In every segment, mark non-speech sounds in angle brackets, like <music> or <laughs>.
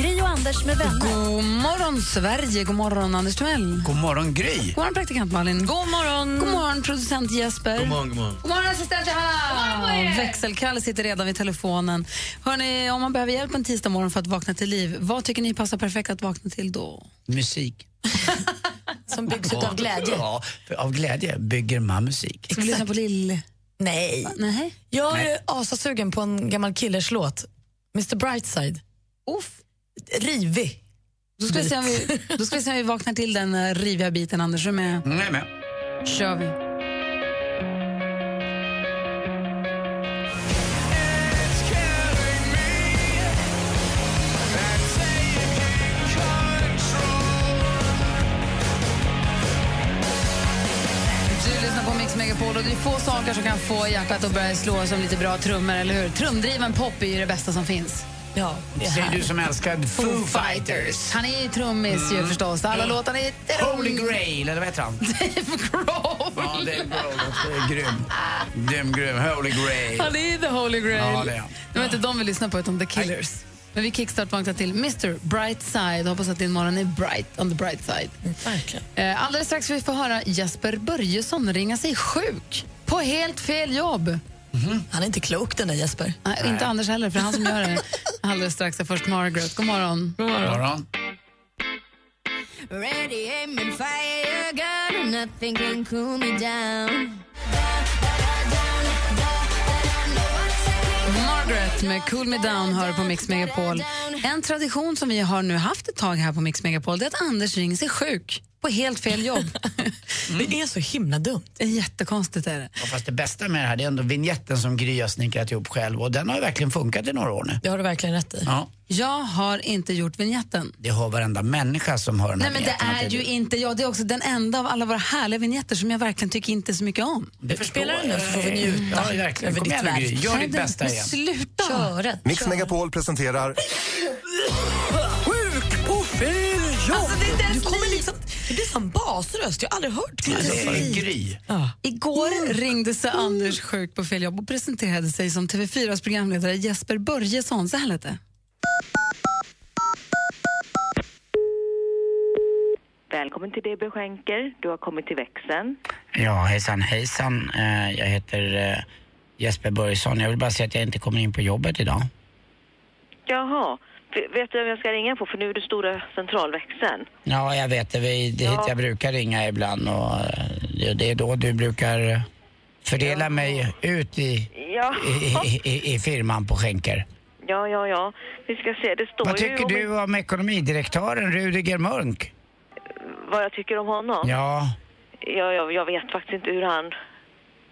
Gri och Anders med vänner. God morgon, Sverige. God morgon, Anders Timell. God morgon Gry! God morgon, praktikant Malin. God morgon, God morgon producent Jesper. God morgon, god morgon. God morgon assistent Johanna. Växelkalle sitter redan vid telefonen. Hörrni, om man behöver hjälp en tisdag morgon för att vakna till liv, vad tycker ni passar perfekt att vakna till då? <laughs> Musik. Som byggs ut av glädje. Ja, för av glädje bygger man musik. Ska vi lyssna på Lill... Nej. Nej. Jag är asasugen på en gammal killes låt. Mr Brightside. Uff. Rivig. Då ska, vi se om vi, då ska vi se om vi vaknar till den eh, riviga biten, Anders. Är du med? Mm, jag är med. kör vi. Du lyssnar på Mix Megapol och det är få saker som kan få hjärtat att börja slå som lite bra trummor, eller hur? Trumdriven pop är ju det bästa som finns. Ja, det är Säger här. du som älskar Foo Fighters. Han är ju trummis Mm. ju förstås. Alla låtarna är... Holy Grail, eller vad heter <laughs> han? Dave Grohl. Ja, det är bra. Det är grym. Grym, grym. Holy Grail. Han är ju the holy grail. Ja, det är han. Det var inte de vi lyssnade på, utan The Killers. Men vi kickstart-vaknar till Mr Brightside. Hoppas att din morgon är bright on the bright side. Mm, Verkligen. Eh, Alldeles strax får vi få höra Jesper Börjesson ringa sig sjuk på helt fel jobb. Mhm. Han är inte klok den där Jesper. Nej, Inte Anders heller, för han som gör <laughs> det. Alldeles strax är först Margaret. God morgon. God morgon. Margaret med Cool Me Down hör på Mix Megapol. En tradition som vi har nu haft ett tag här på Mix Megapol det är att Anders ringer sig sjuk på helt fel <laughs> jobb. Mm. Det är så himla dumt. Det är Jättekonstigt är det. Ja, fast det bästa med det här det är ändå vignetten som Gry har snickrat ihop själv och den har ju verkligen funkat i några år nu. Det har du verkligen rätt i. Ja, Jag har inte gjort vignetten. det har varenda människa som hör den här Nej men det vignetten är ju naturligtvis. inte jag. Det är också den enda av alla våra härliga vignetter som jag verkligen tycker inte så mycket om. Mm. Det förstår Spelar den nu, jag. så får vi njuta Ja, verkligen. över Kom ditt igen nu Gry, verk. gör Nej, ditt det- bästa men igen. Sluta! Köret. Mix Megapol presenterar Alltså, det, är du kommer liksom, det blir som basröst. Jag har aldrig hört Det är Gry. Igår ringde sig Mm. Anders sjuk på fel jobb och presenterade sig som TV4s programledare Jesper Börjesson. Så här lät det. Välkommen till DB Schenker. Du har kommit till växeln. Ja, hejsan hejsan. Eh, Jag heter eh, Jesper Börjesson. Jag vill bara säga att jag inte kommer in på jobbet idag. Jaha. V- Vet du vem jag ska ringa på? För nu är det stora centralväxeln. Ja, jag vet det. Vi- Det är hit jag brukar ringa ibland och eh, det är då du brukar eh, fördela mig ut i, <laughs> Ja. i, i, i, i firman på skänker. Ja, ja, ja. Vi ska se. Det står Vad ju tycker om du om ekonomidirektören Rudiger Munk? vad jag tycker om honom. Ja, Ja, jag, jag vet faktiskt inte hur han...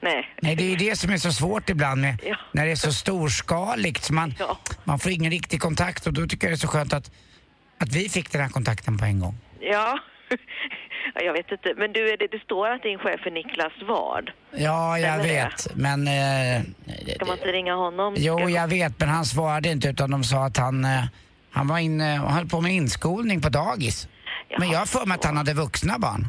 Nej. nej det är ju det som är så svårt ibland med, Ja. när det är så storskaligt. Så man, Ja. man får ingen riktig kontakt och då tycker jag det är så skönt att, att vi fick den här kontakten på en gång. Ja. <laughs> Ja, Jag vet inte. Men du, är det, det står att din chef är Niklas Ward. Ja, jag Eller det. vet. Men... Eh, Ska man inte ringa honom? jo, Ska- jag vet, men han svarade inte utan de sa att han, eh, han var inne och höll på med inskolning på dagis. Men jag har för mig att han hade vuxna barn.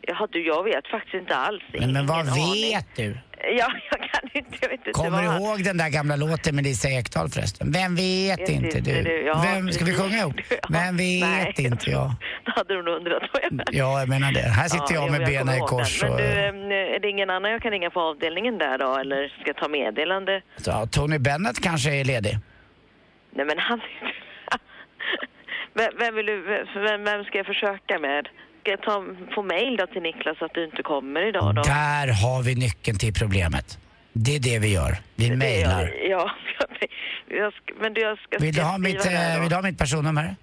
Jaha, du, jag vet faktiskt inte alls. Men, men vad Ingen aning. vet du? Ja, jag kan inte. Jag vet inte Kommer vad du han- ihåg den där gamla låten med Lisa Ekdahl förresten? Vem vet, inte, du? ja, Vem, ska vi precis. <laughs> sjunga ihop? Ja. Vem vet Nej, inte jag? <laughs> Då hade du nog undrat vad jag menar. Ja, jag menar det. Här sitter jag jo, med kommer benen i ihåg kors den. och... Men du, em, är det ingen annan jag kan ringa på avdelningen där då, eller ska jag ta meddelande? Ja, Tony Bennett kanske är ledig. Nej, men han... vem, vem, vill du, vem, vem ska jag försöka med? Ska jag ta, få mejl då till Niklas att du inte kommer idag då? Där har vi nyckeln till problemet. Det är det vi gör. Vi Det gör- mejlar. Ja, <laughs> jag ska, men du, jag ska... Vill du, ska jag ha mitt, skriva det här eh, då? vill du ha mitt personnummer?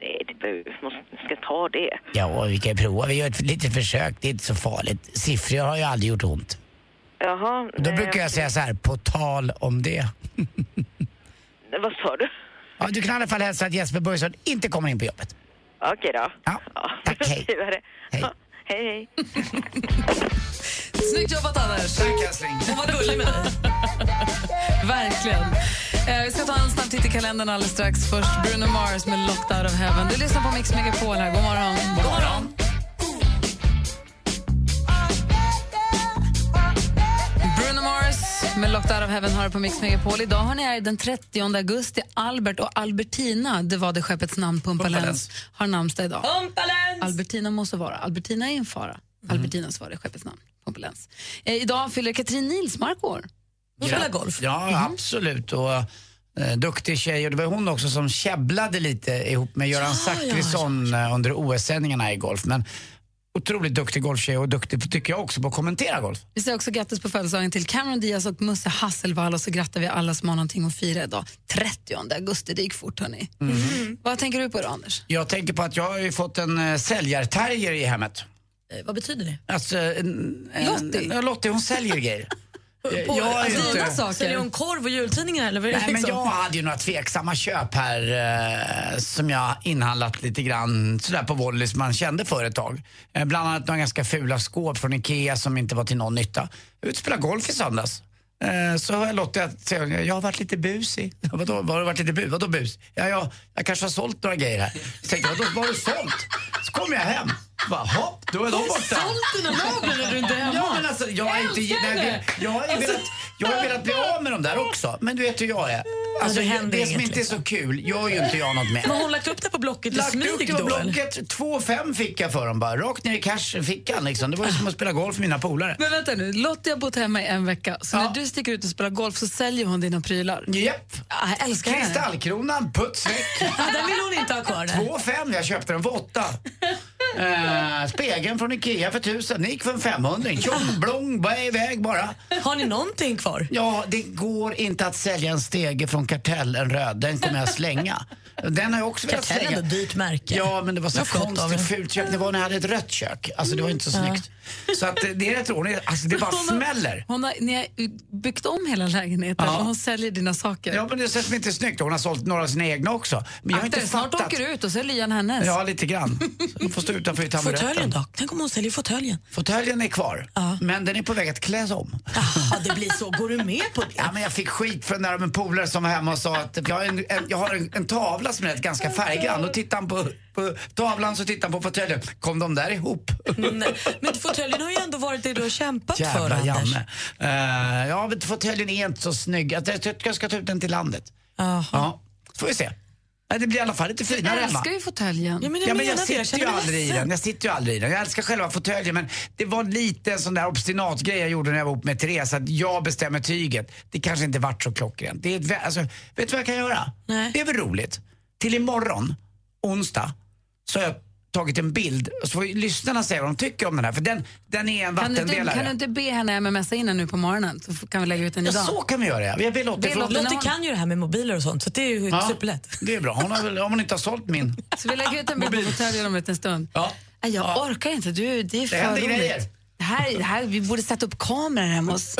Nej, det behöver, måste, ska jag ta det. Ja, och vi kan ju prova. Vi gör ett litet försök. Det är inte så farligt. Siffror har ju aldrig gjort ont. Jaha. Då eh, brukar jag säga så här, på tal om det. Vad sa du? Ja, du kan i alla fall hälsa att Jesper Börjesson inte kommer in på jobbet. Okej då. Ja, tack, <laughs> hej. Nu är det. Hej. Ja, hej, hej. Snyggt jobbat, Anders. Tack, älskling. Hon var gullig med dig. Verkligen. Eh, vi ska ta en snabb titt i kalendern alldeles strax. Först Bruno Mars med Locked Out of Heaven. Du lyssnar på Mix Megapol här. God morgon. God morgon. Bruno Mars med Locked Out of Heaven har du på Mix Megapol. Idag har ni är den 30 augusti. Albert och Albertina, det var det skeppets namn, Pumpalens, Pumpalens. har namnsdag idag. Albertina måste vara. Albertina är en fara. Albertinas var det skeppets namn. Kompetens. Eh, idag fyller Katrin Nilsmark år. Hon spelar golf. Mhm. Ja, absolut. Och, eh, duktig tjej. Och det var hon också som käbblade lite ihop med Göran Zachrisson eh, under OS-sändningarna i golf. Men otroligt duktig golftjej och duktig, tycker jag också, på att kommentera golf. Vi säger också grattis på födelsedagen till Cameron Diaz och Musse Hasselvall och så grattar vi alla som har någonting att fira idag. 30 augusti, det gick fort hörni. Mhm. Vad tänker du på idag Anders? Mm. Jag tänker på att jag har ju fått en eh, säljarterrier i hemmet. Eh, Vad betyder det? Alltså, en, en, Lottie? Ja, Lottie, hon säljer grejer. <laughs> Eh, På- jag är alltså, inte- dina saker. Säljer hon korv och jultidningar eller vad är det Nej, men liksom? jag hade ju några tveksamma köp här eh, som jag inhandlat lite grann sådär på volley som man kände för ett tag. Eh, bland annat några ganska fula skåp från Ikea som inte var till någon nytta. Jag var ute och spelade golf i söndags. Eh, Så hör jag Lottie att säga, jag har varit lite busig. <laughs> Vadå, har du varit lite bu? Vadå bus? Ja, jag, jag kanske har sålt några grejer här. Så tänkte jag, vadå, vad har du sålt? Så kommer jag hem. Bara, hopp, då är de borta. Sålt dina möbler när du inte är hemma? Ja, men alltså, jag har inte... Nej, men jag har ju Alltså, velat, jag har ju velat bli av med dem där också. Men du vet hur jag är. Alltså, det det, händer som inget, inte är så kul gör ju inte jag något med. Men har hon lagt upp det på Blocket i Lagt upp smyg det på då? eller? Blocket, 2,5 fick jag för dem bara. Rakt ner i cashfickan liksom. Det var ju som att spela golf med mina polare. Men vänta nu, Lottie har bott hemma i en vecka så Ja. när du sticker ut och spelar golf så säljer hon dina prylar. Japp. Ah, jag älskar henne. Kristallkronan, putsväck. Ja, den vill hon inte ha kvar. nej. 2,5, jag köpte den för <laughs> 8. Eh, spegeln från Ikea för 1000, den gick för en 500. Tjong, blong, bara iväg bara. Ah. Har ni någonting kvar? Ja, det går inte att sälja en stege från Kartell, en röd. Den kommer jag slänga. Den har jag också velat Kartell är slänga. ändå ett dyrt märke. Ja, men det var så Vad flott av konstigt fult kök. Det var när jag hade ett rött kök. Alltså det var inte så snyggt. Så att eh, det är rätt roligt. Alltså <laughs> <laughs> det bara smäller. Hon har, ni har byggt om hela lägenheten Ja. och hon säljer dina saker. Ja, men det känns inte snyggt. Hon har sålt några av sina egna också. Men jag har Akta inte dig, snart fattat. åker du ut och så är lyan hennes. Ja, lite grann. Så Hon får stå utanför i Fåtöljen taburetten. då? Tänk om hon säljer fåtöljen? Fåtöljen är kvar, Ja. men den är på väg att kläs om. Jaha, det blir så. Går du med på det? Ja, men jag fick skit för den där av en polare som var hemma och sa att jag har en, en, jag har en, en tavla som är rätt ganska färggrann. Då tittar han på, på tavlan så tittar han på fåtöljen. Kom de där ihop? Mm, Nej. Men fåtöljen har ju ändå varit det du har kämpat för, Jävla Anders. Janne. Uh, ja, men fåtöljen är inte så snygg. Jag tycker jag ska ta ut den till landet. Jaha. Ja, får vi se. Nej, Det blir i alla fall lite finare Jag hemma. älskar ju fåtöljen. Ja, men jag, menar Ja, men jag det. Jag sitter ju känner mig aldrig i ledsen. den. Jag sitter ju aldrig i den. Jag älskar själva fåtöljen men det var lite en sån där obstinat grej jag gjorde när jag var ihop med Therese att jag bestämmer tyget. Det kanske inte vart så klockrent. Det är ett, vä- alltså, vet du vad jag kan göra? Nej. Det är väl roligt. Till imorgon, onsdag, så har jag tagit en bild och så får ju lyssnarna säga vad de tycker om den här för den, den är en Kan du, inte, vattendelare. kan du inte be henne mmsa in den nu på morgonen så f- kan vi lägga ut den Ja, idag? så kan vi göra ja. Vi har bett Lottie Be fråga- Lottie- Lottie När hon- kan ju det här med mobiler och sånt, så det är ju Ja, superlätt. Det är bra. Hon har väl, om hon inte har sålt min. <laughs> Så vi lägger ut en bild på fåtöljen om en liten stund. Ja. Nej, Jag orkar inte, du, det är för händer roligt. grejer. Det här, det här, vi borde sätta upp kameror hemma hos...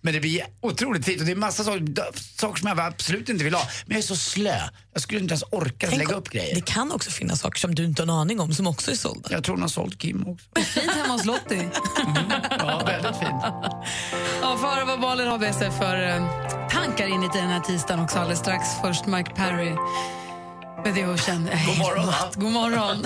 Men det blir otroligt fint och det är massa saker, d- saker som jag absolut inte vill ha. Men jag är så slö. Jag skulle inte ens orka Tänk lägga om- upp grejer. Det kan också finnas saker som du inte har en aning om som också är sålda. Jag tror hon har sålt Kim också. Fint hemma hos Lottie. Ja, väldigt fint. Ja, för att höra vad Malin har med sig för eh, tankar in i den här tisdagen också alldeles strax. Först Mike Perry med The Ocean. God morgon, va? God <laughs> morgon.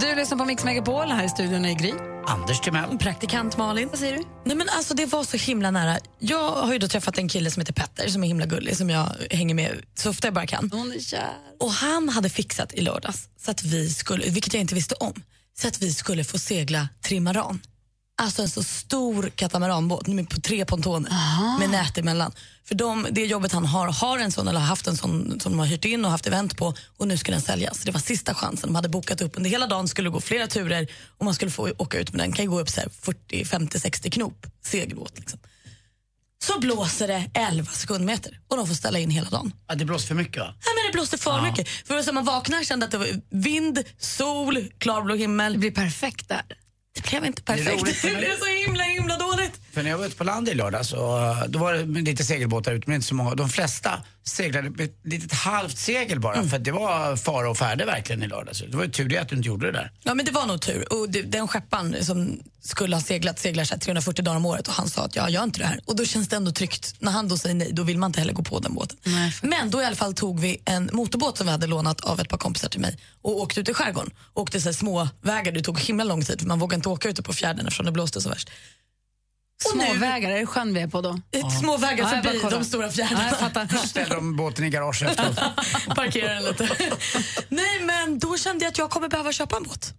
Du lyssnar på Mix Megapol. Här i studion är Gry. Anders Timell. Praktikant Malin. Vad säger du? Nej, men alltså, det var så himla nära. Jag har ju då träffat en kille som heter Petter som är himla gullig som jag hänger med så ofta jag bara kan. Hon är kär. Och han hade fixat i lördags, så att vi skulle, vilket jag inte visste om, så att vi skulle få segla trimaran. Alltså en så stor katamaranbåt med på tre pontoner med nät emellan. För de, det jobbet han har, har en sån eller har haft en sån som de har hyrt in och haft event på och nu skulle den säljas. Det var sista chansen. De hade bokat upp under hela dagen, skulle gå flera turer och man skulle få åka ut med den. Kan ju gå upp så här 40, 50, 60 knop segelbåt. Liksom. Så blåser det 11 sekundmeter och de får ställa in hela dagen. Ja, det blåser för mycket va? Nej, men det blåste för mycket. För det var så att man vaknade och kände att det var vind, sol, klarblå himmel. Det blir perfekt där. Det blev inte Det är roligt, perfekt. <laughs> Det, men- blev så himla himla dåligt. För när jag var ute på land i lördags och eh, då var det med lite segelbåtar ute, men inte så många. De flesta seglade med ett litet halvt segel bara, för att det var fara och färde verkligen i lördags. Det var ju tur det att du inte gjorde det där. Ja, men det var nog tur. Och det, den skepparen som skulle ha seglat seglar så här 340 dagar om året och han sa att jag gör inte det här. Och då känns det ändå tryggt. När han då säger nej, då vill man inte heller gå på den båten. men då i alla fall tog vi en motorbåt som vi hade lånat av ett par kompisar till mig och åkte ut i skärgården. Åkte så här små vägar, det tog himla lång tid för man vågade inte åka ute på fjärden eftersom det blåste så värst. Och nu- Småvägar, är det sjön vi är på då? Eh, Små vägar Ja, jag bara förbi kollar. de stora Ja, jag fjärdarna. fattar. Ställde de båten i garaget efteråt. Parkera den lite. <laughs> Nej, men då kände jag att jag kommer behöva köpa en båt.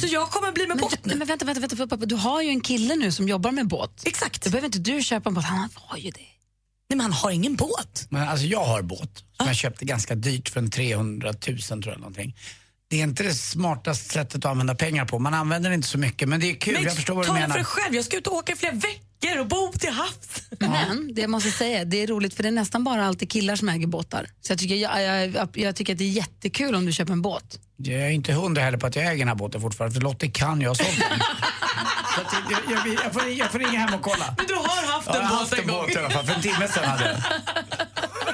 Så jag kommer bli med Men, båt men nu. vänta, vänta, vänta, pappa, du har ju en kille nu som jobbar med båt. Exakt. Då behöver inte du köpa en båt, han har ju det. Nej, men han har ingen båt. Men alltså jag har båt som jag köpte ganska dyrt för en 300 000 tror jag eller någonting. Det är inte det smartaste sättet att använda pengar på. Man använder det inte så mycket men det är kul. Men jag förstår vad du tala menar. för dig själv, jag ska ut och åka i flera veckor och bo till havs. Men det jag måste säga, det är roligt för det är nästan bara alltid killar som äger båtar. Så jag tycker, jag, jag, jag, jag tycker att det är jättekul om du köper en båt. Jag är inte hundra heller på att jag äger den här båten fortfarande för Lottie kan jag sånt. <laughs> Så att jag, jag, jag, får, jag får ringa hem och kolla. Men du har haft Jag har en haft båt en en gång. båt i alla fall. För en timme sedan hade jag.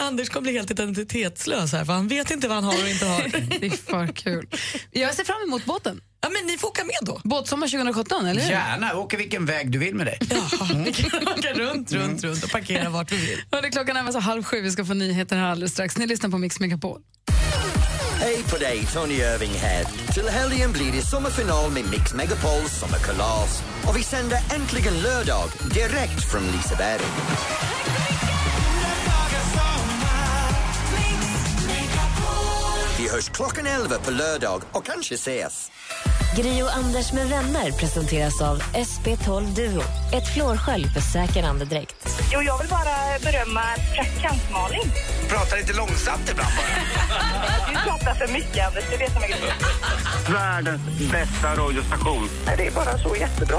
Anders kommer bli helt identitetslös här för han vet inte vad han har och inte har. <laughs> Det är för kul. Jag ser fram emot båten. ja, men ni får åka med då. Båtsommar 2017, eller hur? Gärna, åker vilken väg du vill med Mm. det. <laughs> Vi kan åka runt, runt, runt och parkera vart vi vill. Hörde, klockan närmar sig halv sju, vi ska få nyheter här alldeles strax. Ni lyssnar på Mix Megapol. Hej på dig, Tony Irving här. Till helgen blir det sommarfinal med Mix Megapols sommarkalas. Och vi sänder äntligen lördag direkt från Liseberg. Vi hörs klockan 11 på lördag och kanske ses. Gri och Anders med vänner presenteras av SP12 Duo. Ett flårskölj för säker andedräkt. Jo, jag vill bara berömma praktikant Malin. Pratar lite långsamt ibland bara. Du pratar för mycket, Anders. Det vet man ju. Världens bästa radiostation. Nej, det är bara så jättebra.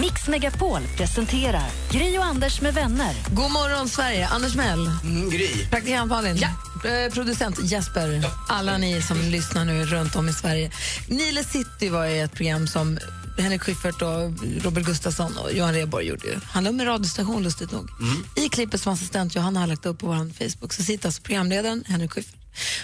Mix Megapol presenterar Gri och Anders med vänner. God morgon, Sverige. Anders Mell. Mm, gry. Praktikant Malin. Eh, producent Jesper, alla ni som lyssnar nu runt om i Sverige. Nile City var ju ett program som Henrik Schyffert, och Robert Gustafsson och Johan Rheborg gjorde. ju. Handlade om en radiostation, lustigt nog. I klippet som assistent Johanna har lagt upp på vår Facebook så sitter alltså programledaren Henrik Schyffert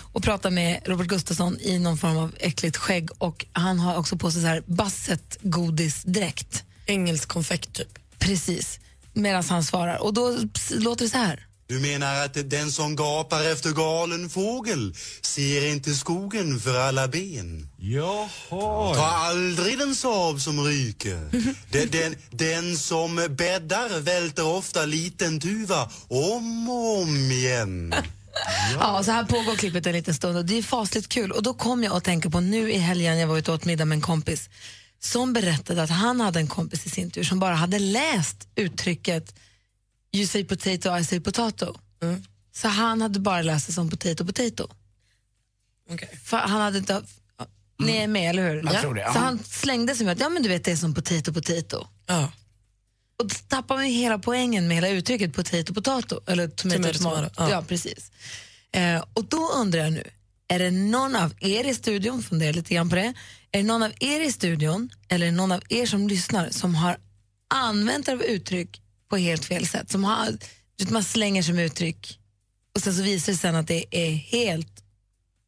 och pratar med Robert Gustafsson i någon form av äckligt skägg och han har också på sig så här basset-godisdräkt. Engelsk konfekt, typ. Precis, medan han svarar. Och då s- låter det så här. Du menar att den som gapar efter galen fågel ser inte skogen för alla ben? Jaha. Ta aldrig den Saab som ryker. Den, den, den som bäddar välter ofta liten tuva om och om igen. Ja, så här pågår klippet en liten stund och det är fasligt kul. Och då kom jag att tänka på nu i helgen, jag var ute och åt middag med en kompis som berättade att han hade en kompis i sin tur som bara hade läst uttrycket you say potato, I say potato. Mm. Så han hade bara läst det som potato, potato. För han hade inte... ja, Ni är med, eller hur? Mm. Jag tror det, ja. Så han slängde sig med att ja, men du vet, det är som potato, potato. Och då tappar man ju hela poängen med hela uttrycket potato, potato. Eller tomato, Tomato, tomato. tomato, ja. Ja. precis. Eh, och då undrar jag nu, är det någon av er i studion, funderar lite grann på det, är det någon av er i studion eller någon av er som lyssnar som har använt er av uttryck på helt fel sätt? Som har, du vet, man slänger sig med uttryck och sen så visar det sig att det är helt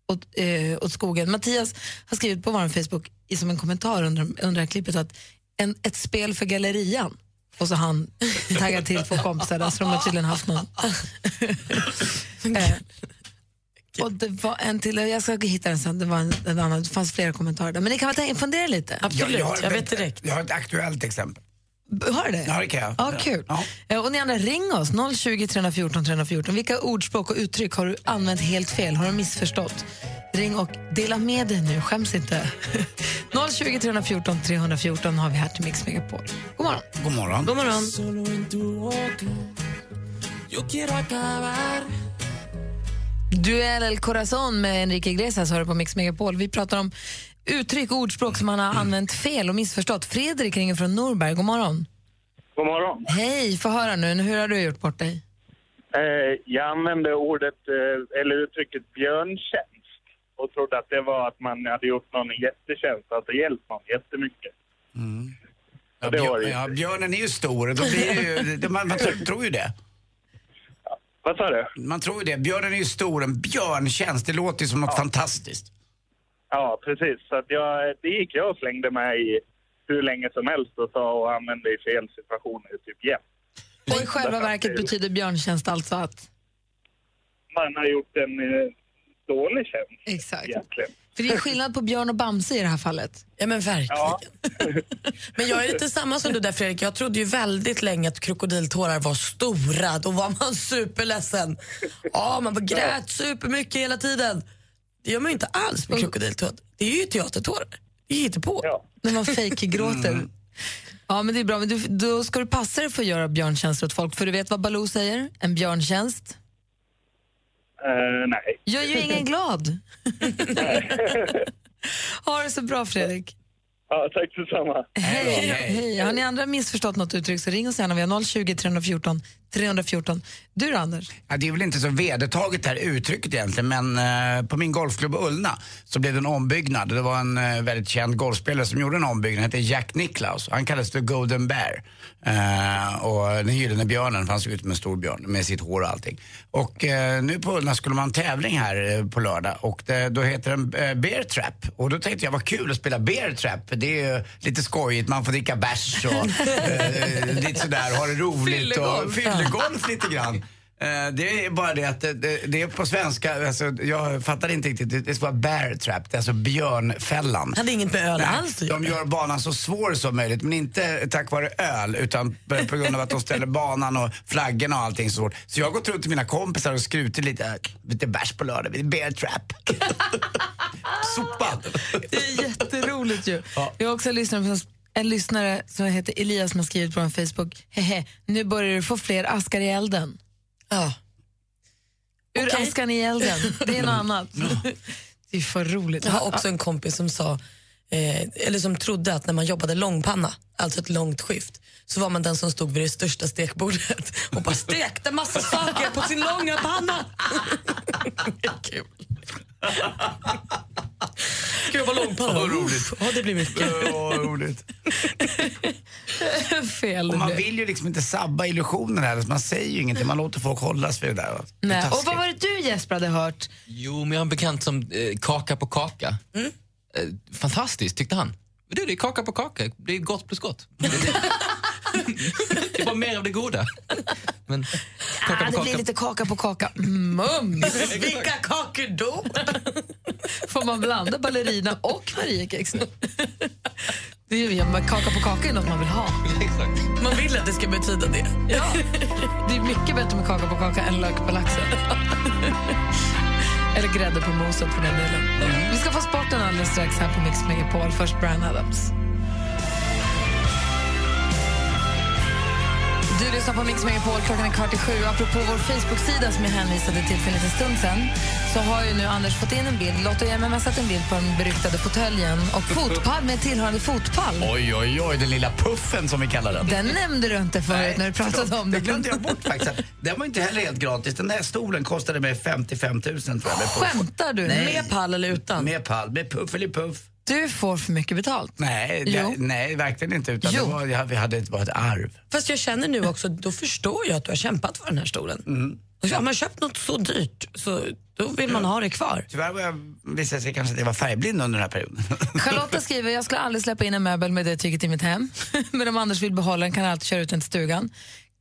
åt, eh, åt skogen. Mattias har skrivit på vår Facebook i- som en kommentar under, under det här klippet att en, ett spel för gallerian. Och så har han <laughs> taggat till två kompisar där, så de har tydligen haft någon. eh, och det var en till, jag ska hitta den sen, det, var en, en annan, det fanns flera kommentarer där. Men ni kan väl tänka, fundera lite? har- Jag har ett aktuellt exempel. Har du det? Ja, det kan jag. Ja, kul. Ja. Eh, Och ni andra, ring oss. 020 314 314. Vilka ordspråk och uttryck har du använt helt fel? Har du missförstått? Ring och dela med dig nu. Skäms inte. <laughs> 020 314 314 har vi här till Mix Megapol. God morgon. God morgon. God morgon. Duell El Corazon med Enrique Iglesias hör du på Mix Megapol. Vi pratar om uttryck och ordspråk som man har använt fel och missförstått. Fredrik ringer från Norberg. God morgon. God morgon. Hej, få höra nu. Hur har du gjort bort dig? Eh, jag använde ordet, eller uttrycket björntjänst. och trodde att det var att man hade gjort någon en jättetjänst, alltså hjälpt någon jättemycket. Mm. Ja, björ, ja, björnen är ju stor. Då blir det ju, det- man, man tr- tror ju det. Vad sa du? Man tror ju det. Björnen är ju stor. En björntjänst, det låter ju som något fantastiskt. Ja, precis. Så att jag, det gick jag och slängde mig i hur länge som helst och sa och använde i fel situationer typ jämt. Och i själva verket betyder björntjänst alltså att... Man har gjort en eh, dålig tjänst. Exakt. Egentligen. För det är skillnad på björn och Bamse i det här fallet. Ja, men verkligen. <laughs> Men jag är lite samma som du där Fredrik. Jag trodde ju väldigt länge att krokodiltårar var stora. Då var man superledsen. Ja, man bara grät supermycket hela tiden. Det gör man ju inte alls med krokodiltårar. Det är ju teatertårar. Det är på. När man fejkgråter. Mm. Ja, men det är bra. Men du, då ska du passa dig för att göra björntjänster åt folk. För du vet vad Baloo säger? En björntjänst Eh, nej. gör ju ingen glad. ha det så bra, Fredrik. <laughs> Ja, tack <laughs> detsamma. Hej. Hej. Har ni andra missförstått något uttryck så ring oss gärna. Vi har 020 314 314. Du då, Anders? Ja, det är väl inte så vedertaget det här uttrycket egentligen, men eh, på min golfklubb Ullna så blev det en ombyggnad. Det var en eh, väldigt känd golfspelare som gjorde en ombyggnad, hette Jack Nicklaus. Han kallades för Golden Bear. Eh, och den gyllene björnen, fanns ut som en stor björn med sitt hår och allting. Och eh, nu på Ullna skulle man ha en tävling här eh, på lördag och det, då heter den eh, Bear Trap. Och då tänkte jag, vad kul att spela Bear Trap, för det är ju lite skojigt, man får dricka bärs och eh, lite sådär, ha det roligt och Fyllegolf. fyllegolf lite grann. Eh, Det är bara det att det, det, det är på svenska, alltså, jag fattar inte riktigt, det- det ska vara bear trap, det är alltså björnfällan. hade inget med öl Nej, alls att De gör banan så svår som möjligt, men inte tack vare öl utan p- på grund av att de ställer banan och flaggorna och allting så svårt. Så jag har gått runt till mina kompisar och skrutit lite, äh, lite bärs på lördag, lite bear trap. Sopad. Det är jätteroligt ju. Vi har också en lyssnare, som- en lyssnare som heter Elias som har skrivit på vår Facebook. Hehe, nu börjar du få fler askar i elden. Ja. Ur askan i elden. Det är något <laughs> Mm. annat. Det är för roligt. Jag har också en kompis som sa eh, eller som trodde att när man jobbade långpanna, alltså ett långt skift, så var man den som stod vid det största stekbordet och bara stekte massa saker på sin långa panna. Kul. Ska jag vara långpanna? Vad roligt. Ja, det blir mycket. Vad roligt. Fel. Och det man blev. vill ju liksom inte sabba illusionen här, man säger ju ingenting, man låter folk hållas vid det där. Nej. Och vad var det du Jesper hade hört? Jo, men jag har en bekant som eh, kaka på kaka. Mm. Eh, fantastiskt, tyckte han. Men Du, det är kaka på kaka. Det är gott <laughs> plus gott. Det är- det är bara mer av det goda. Men kaka Ah, på det blir kaka. lite kaka på kaka. Mm, Mums! Vilka kakor då? Får man blanda ballerina och Marie <laughs> Kex? Det är ju, men kaka på kaka är något man vill ha. Man vill att det ska betyda det. Ja. Det är mycket bättre med kaka på kaka än lök på laxen. Eller grädde på moset för den delen. Mm. Vi ska få sporten alldeles strax här på Mix Megapol. Först Brian Adams. Du lyssnar på Mix Megapol, klockan är kvart i sju. Apropå vår Facebook-sida som jag hänvisade till för en liten stund sen så har ju nu Anders fått in en bild, Lotto har messat en bild på den beryktade fåtöljen och fotpall med tillhörande fotpall. Oj, oj, oj, den lilla puffen som vi kallar den. Den nämnde du inte förut när du pratade om Det den. glömde jag bort faktiskt. att Den var inte heller helt gratis. Den där stolen kostade mig 55 000 tror jag. Skämtar du? Med pall eller utan? Med pall, med puff eller puff. Du får för mycket betalt. Nej, Jo. det, nej verkligen inte. Utan det Jo. var, jag- vi hade ett, var ett arv. Fast jag känner nu också, då förstår jag att du har kämpat för den här stolen. Mm. Och så har man köpt något så dyrt, så då vill man ha det kvar. Tyvärr var jag, visade det sig kanske att jag var färgblind under den här perioden. <laughs> Charlotta skriver, jag skulle aldrig släppa in en möbel med det tyget i mitt hem. <laughs> Men om Anders vill behålla den kan han alltid köra ut den till stugan.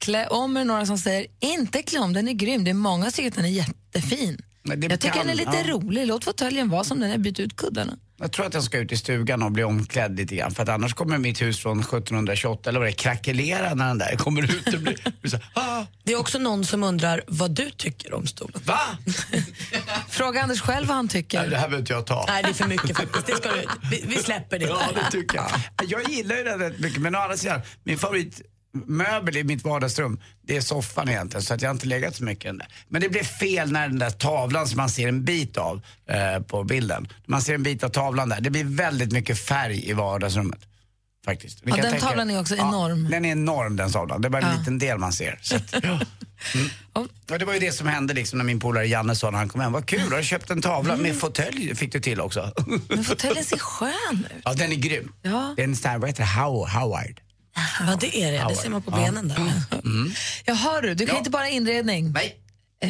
Klä om är det några som säger, inte klä om, den är grym. Det är många som tycker att den är jättefin. det jag tycker kan- den är lite ja. rolig. Låt fåtöljen vara som den är, byt ut kuddarna. Jag tror att jag ska ut i stugan och bli omklädd lite grann. För att annars kommer mitt hus från 1728, eller vad det är, krackelera när den där kommer ut. Det blir, det blir så, här, ah, Det är också någon som undrar vad du tycker om stolen. Va? Fråga Anders själv vad han nej, det tycker. här behöver inte jag ta. <laughs> Nej, det är för mycket faktiskt. Det ska du, vi, vi släpper det. Ja, det <laughs> tycker jag. Jag gillar ju den rätt mycket, men å andra sidan, min favoritmöbel i mitt vardagsrum, det är soffan egentligen, så att jag har inte legat så mycket i den där. Men det blev fel när den där tavlan som man ser en bit av eh, på bilden, man ser en bit av tavlan där, det blir väldigt mycket färg i vardagsrummet. Faktiskt. Ni Ja, kan den tänka- tavlan är också enorm. <laughs> Den är enorm den tavlan, det är bara en liten del man ser. Så att, Och Mm. det var ju det som hände liksom när min polare Janne sa när han kom hem. Vad kul, har du köpt en tavla med fåtölj? Fick du till också. Mm. Men fåtöljen ser skön ut. <laughs> ja, den är grym. Ja. Det är en sån här, vad heter det, How, Howard. Ja, det är det. Det ser man på Ja. benen där. Mm. Jag hör du, du kan Ja. inte bara inredning. Eh,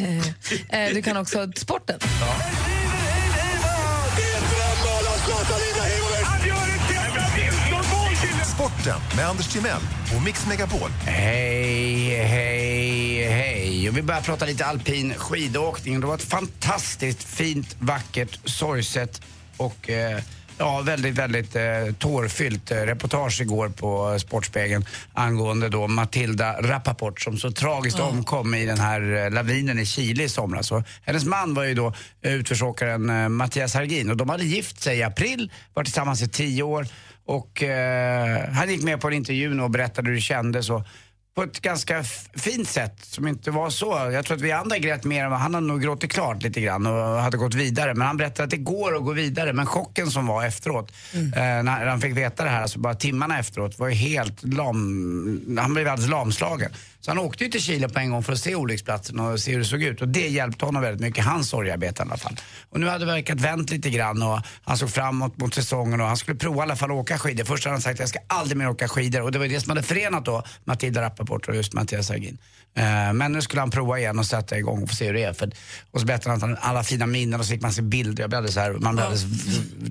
Nej. du kan också sporten. Sporten med Anders Timell och Mix Megapol. Hej, hej, hej. Och vi börjar prata lite alpin skidåkning. Det var ett fantastiskt fint, vackert, sorgset och eh, ja, väldigt, väldigt eh, tårfyllt eh, reportage igår på eh, Sportspegeln angående då Matilda Rappaport som så tragiskt omkom i den här eh, lavinen i Chile i somras. Och hennes man var ju då eh, utförsåkaren eh, Mattias Hargin och de hade gift sig i april, varit tillsammans i tio år och eh, han gick med på en intervju nu och berättade hur det kändes. Och, på ett ganska f- fint sätt som inte var så. Jag tror att vi andra grät mer än vad han hade nog gråtit klart lite grann och hade gått vidare. Men han berättade att det går att gå vidare. Men chocken som var efteråt, eh, när han fick veta det här, alltså bara timmarna efteråt, var ju helt lam... Han blev alldeles lamslagen. Så han åkte ju till Chile på en gång för att se olycksplatsen och se hur det såg ut. Och det hjälpte honom väldigt mycket, hans sorgearbete i alla fall. Och nu hade det verkat vänt lite grann och han såg framåt mot säsongen och han skulle prova i alla fall att åka skidor. Först hade han sagt jag ska aldrig mer åka skidor och det var ju det som hade förenat då Matilda Rappaport och just Mattias Hagin. Eh, Men nu skulle han prova igen och sätta igång och få se hur det är. För, och så berättade han att han- alla fina minnen och så fick man se bilder. Jag blev alldeles så här, man, blev alldeles,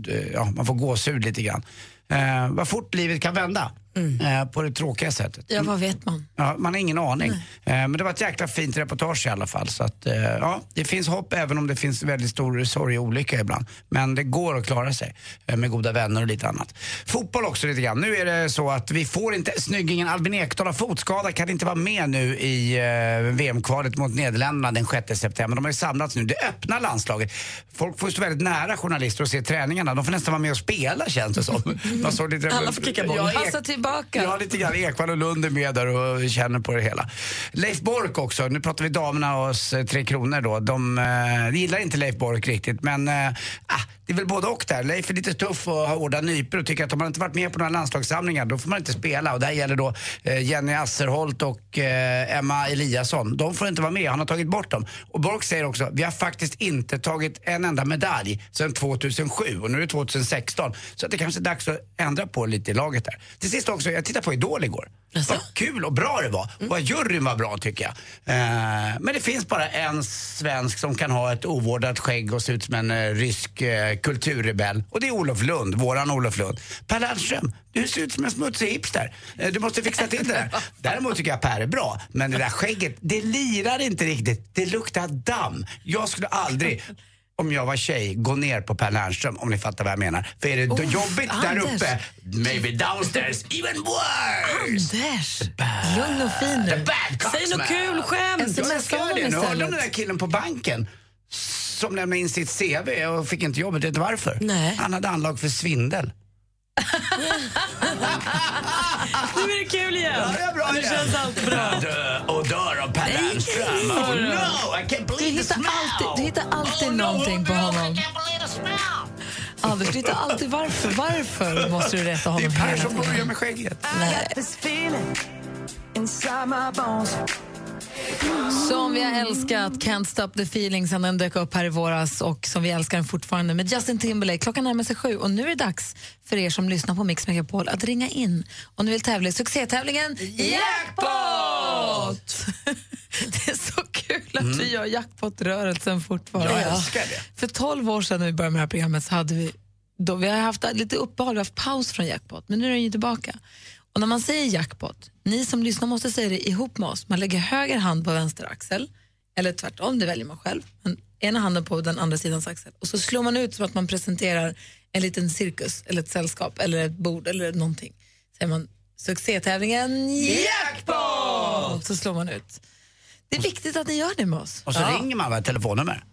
eh, ja, man får gåshud lite grann. Eh, vad fort livet kan vända eh, på det tråkiga sättet. Ja, vad vet man? Ja, man har ingen aning. Eh, Men det var ett jäkla fint reportage i alla fall. Så att, eh, ja, det finns hopp även om det finns väldigt stor sorg och olycka ibland. Men det går att klara sig eh, med goda vänner och lite annat. Fotboll också lite grann. Nu är det så att vi får inte, snyggingen Albin Ekdal har fotskada, kan inte vara med nu i eh, VM-kvalet mot Nederländerna den 6 september. De har ju samlats nu, det öppna landslaget. Folk får stå väldigt nära journalister och se träningarna. De får nästan vara med och spela känns <laughs> det som. Man såg lite- Alla får kicka boll. Ja, Ek- Passa tillbaka. Ja, lite grann. Ekwall och Lund är med där och känner på det hela. Leif Bork också. Nu pratar vi damerna och oss eh, Tre Kronor då. De eh, gillar inte Leif Bork riktigt, men eh, ah, det är väl både och där. Leif är lite tuff och har hårda nypor och tycker att om man inte varit med på några landslagssamlingar då får man inte spela. Och där gäller då eh, Jenny Asserholt och eh, Emma Eliasson. De får inte vara med. Han har tagit bort dem. Och Bork säger också, vi har faktiskt inte tagit en enda medalj sedan 2007 och nu är det 2016. Så att det kanske är dags att ändra på lite i laget där. Till sist också, jag tittade på Idol igår. Vad kul och bra det var. Och vad juryn var bra tycker jag. Eh, men det finns bara en svensk som kan ha ett ovårdat skägg och se ut som en eh, rysk eh, kulturrebell. Och det är Olof Lund, våran Olof Lund. Per Lernström, du ser ut som en smutsig hipster. Eh, du måste fixa till det där. Däremot tycker jag Per är bra. Men det där skägget, det lirar inte riktigt. Det luktar damm. Jag skulle aldrig om jag var tjej, gå ner på Per Lernström om ni fattar vad jag menar. För är det då Oh, jobbigt där Anders. uppe, maybe downstairs, even worse! Anders! Lugn och fin nu. Cox, man. Jag Smsa ska göra honom det nu. Hörde om den istället. där killen på banken som lämnade in sitt CV och fick inte jobbet. Vet du varför? Han hade anlag för svindel. Nu är det kul igen. Ja, det är bra igen. Jag dö- Och dör av Per Lernström. Oh no, I can't Du believe this hittar alltid, du hittar alltid någonting på honom. Anders, du hittar alltid varför. Varför måste du rätta honom Det är Per hela som tiden? börjar med skägget. Som vi har älskat, Can't stop the feeling, sen den dök upp här i våras och som vi älskar den fortfarande med Justin Timberlake. Klockan närmar sig sju och nu är det dags för er som lyssnar på Mix Megapol att ringa in om ni vill tävla i succétävlingen Jackpot! det är så kul Mm. att vi gör jackpot-rörelsen fortfarande. Jag älskar det. För 12 år sedan när vi började med det här programmet så hade vi, då, vi har haft lite uppehåll, vi har haft paus från jackpot, men nu är den ju tillbaka. Och när man säger jackpot, ni som lyssnar måste säga det ihop med oss. Man lägger höger hand på vänster axel, eller tvärtom, det väljer man själv. Men ena handen på den andra sidans axel. Och så slår man ut som att man presenterar en liten cirkus, eller ett sällskap, eller ett bord eller någonting. Säger man succétävlingen jackpot! Så slår man ut. Det är viktigt att ni gör det med oss. Och så ringer man med telefonnummer.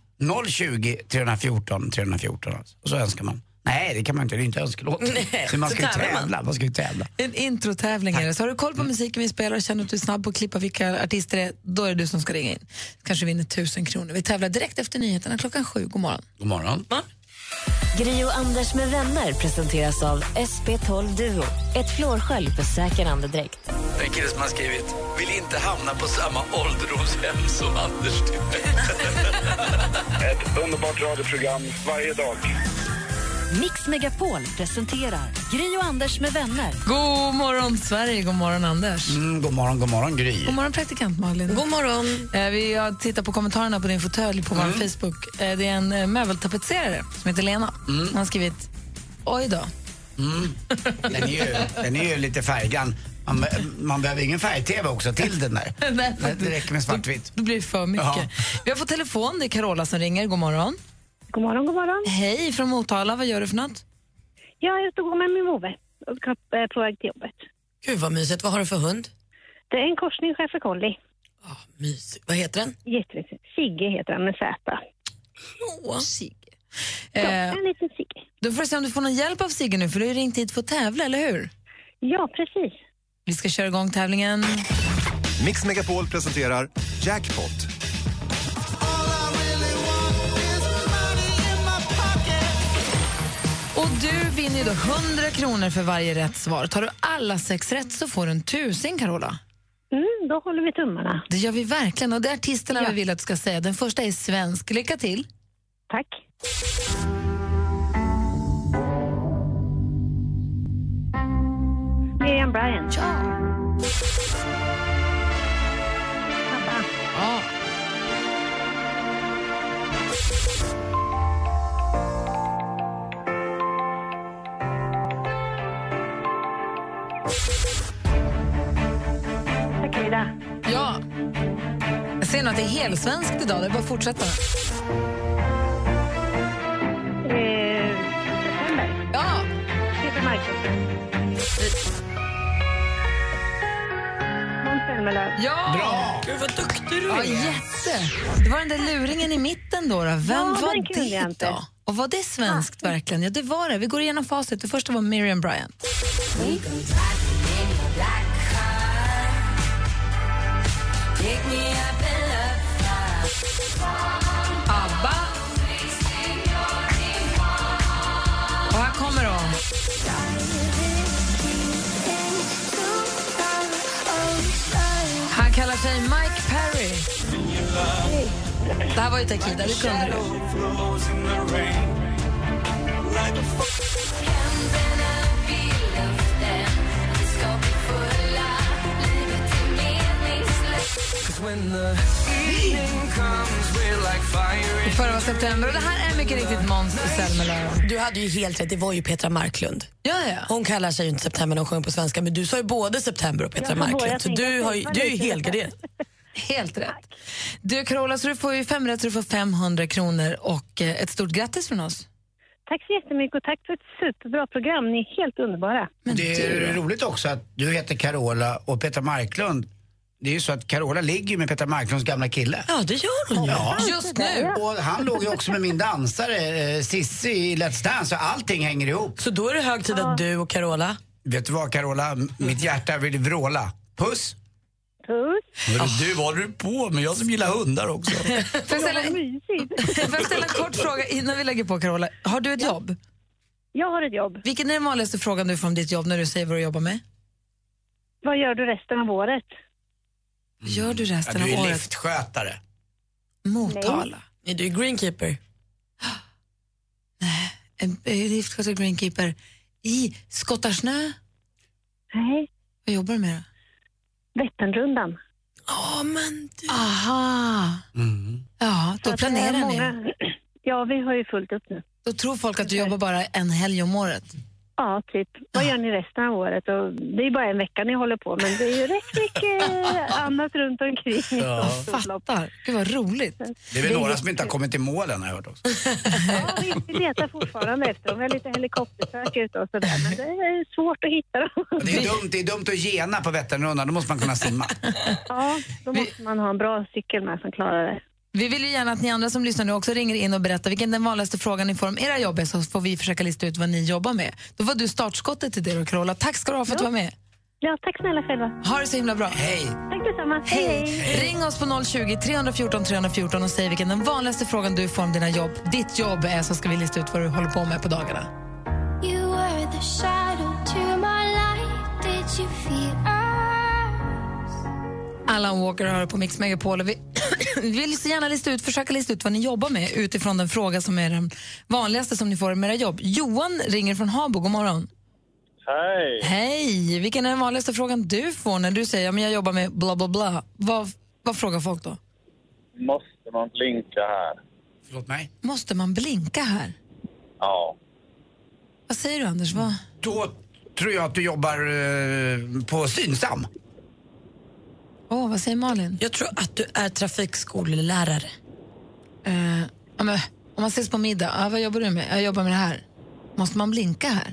020 314 314 alltså. Och så önskar man. Nej, det kan man inte. Det är inte önskelåt. Nej, Så man så ska ju tävlar man. tävla. Man ska ju tävla. En introtävling är det. Så har du koll på musiken vi spelar och känner att du är snabb på att klippa vilka artister det är, då är det du som ska ringa in. Kanske vinner tusen kronor. Vi tävlar direkt efter nyheterna klockan sju. God morgon. God morgon. Gri och Anders med vänner presenteras av SP12 Duo. Ett flårskölj för säker andedräkt. Det är en kille som har skrivit Vill inte hamna på samma ålderdomshem som Anders Ett underbart radioprogram varje dag. Mix Megapol presenterar Gri och Anders med vänner. God morgon, Sverige. God morgon, Anders. Mm, god morgon, god morgon Gry. God morgon, praktikant Malin. God morgon. Eh, vi har tittat på kommentarerna på din fåtölj på vår Facebook. Eh, det är en eh, möbeltapetserare som heter Lena. Han har skrivit Oj då. Mm. Den, är ju, den är ju lite färggrann. Man, be- man behöver ingen färg-tv också till den där. <laughs> Nej, Det det räcker med svartvitt. Det blir för mycket. Ja. Vi har fått telefon. Det är Carola som ringer. God morgon. God morgon, god morgon. Hej från Motala. Vad gör du för något? Jag är ute och går med min vovve och kapp- eh, <laughs> på väg till jobbet. Gud vad mysigt. Vad har du för hund? Det är en korsning schäfer collie. Ah, Mysigt. Vad heter den? Jättemysigt. Sigge heter han med Z. Sigge. Eh, en liten Sigge. Då får du se om du får någon hjälp av Sigge nu, för du har ju ringt hit för att tävla, eller hur? Ja, precis. Vi ska köra igång tävlingen. Mix Megapol presenterar Jackpot. Och du vinner ju då 100 kronor för varje rätt svar. Tar du alla sex rätt så får du en tusen, Carola. Mm, då håller vi tummarna. Det gör vi verkligen. Och det är artisterna vi vill att du ska säga. Den första är svensk. Lycka till. Tack. Miriam Bryant. Ja. Ja. Takida. Ja. Jag ser nog att det är helsvenskt idag. Det är bara att fortsätta. Ja. Peter Marklund. Måns Zelmerlöw. Ja! Bra! Gud vad duktig Ja, jätte. Det var den där luringen i mitten då. då. Vem Ja, den var kunde jag det inte. Ah. då? Och var det svenskt verkligen? Ja, det var det. Vi går igenom facit. Det första var Miriam Bryant. ABBA. Och här kommer de. Han kallar sig Mike Perry. Det här var ju Takida, det kunde du. I förra september. Och det här är mycket riktigt Måns Zelmerlöw. Du hade ju helt rätt, det var ju Petra Marklund. Ja, ja. Hon kallar sig ju inte September när hon sjöng på svenska, men du sa ju både September och Petra Ja, så båda Marklund. Så tänkte du, jag har ju, släppa du är ju lite helgarderad. Helt rätt. Du Carola, så du får ju fem rätt så du får 500 kronor och eh, ett stort grattis från oss. Tack så jättemycket och tack för ett superbra program. Ni är helt underbara. det är roligt också att du heter Carola och Peter Marklund. Det är ju så att Carola ligger ju med Peter Marklunds gamla kille. Ja, det gör hon ju. Ja. Just nu. Och han låg ju också med min dansare eh, Sissi i Let's Dance, så allting hänger ihop. Så då är det hög tid att du och Carola... Vet du vad Carola, M- mitt hjärta vill vråla. Puss! Puss! Hörru, du, vad håller du på med? Jag som gillar hundar också. <laughs> Får jag ställa, <laughs> får jag ställa en <laughs> kort fråga innan vi lägger på Carola? Har du ett jobb? Jag har ett jobb. Vilken är den vanligaste frågan du får om ditt jobb när du säger vad du jobbar med? Vad gör du resten av året? Gör du Ja, resten du av är året? liftskötare. Motala. Nej, du är greenkeeper. En eh, liftskötare och greenkeeper. I skottarsnö? Nej. Vad jobbar du med då? Vätternrundan. Ja, men du... Aha. Ja, Så då att det är planerar ni. Alltså, många- <clears throat> Ja, vi har ju fullt upp nu. Då tror folk att du jobbar bara en helg om året. Ja, typ. Vad gör ni resten av året? Och det är bara en vecka ni håller på, men det är ju rätt <laughs> mycket annat runt omkring. <laughs> Ja. Fattar. Gud vad roligt. Det är väl några som inte har kommit i målen har jag hört också. Vi letar fortfarande efter dem. Vi har lite helikoptersök ute och sådär, men det är svårt att hitta dem. <laughs> Det är dumt, det är dumt att gena på Vätternrundan, då måste man kunna simma. Ja, då måste man ha en bra cykel med som klarar det. Vi vill ju gärna att ni andra som lyssnar nu också ringer in och berättar vilken den vanligaste frågan ni får om era jobb är så får vi försöka lista ut vad ni jobbar med. Då var du startskottet till det då, Carola. Tack ska du ha för att du var med. Ja, tack snälla själva. Ha det så himla bra. Hej! Tack detsamma. Hej! Hej. Ring oss på 020 314 314 och säg vilken den vanligaste frågan du får om dina jobb, ditt jobb är så ska vi lista ut vad du håller på med på dagarna. You were the shadow to my light. Did you feel us? Alan Walker och hör på Mix Megapol. Och vi <coughs> vill så gärna lista ut, försöka lista ut vad ni jobbar med utifrån den fråga som är den vanligaste som ni får med era jobb. Johan ringer från Habo. God morgon. Hej! Hej! Vilken är den vanligaste frågan du får när du säger ja, men jag jobbar med bla bla bla? Vad, vad frågar folk då? Måste man blinka här? Förlåt mig? Måste man blinka här? Ja. Vad säger du Anders? Vad? Då tror jag att du jobbar eh, på Synsam. Åh, vad säger Malin? Jag tror att du är trafikskolelärare. Eh, ja, men, om man ses på middag, ja, vad jobbar du med? Jag jobbar med det här. Måste man blinka här?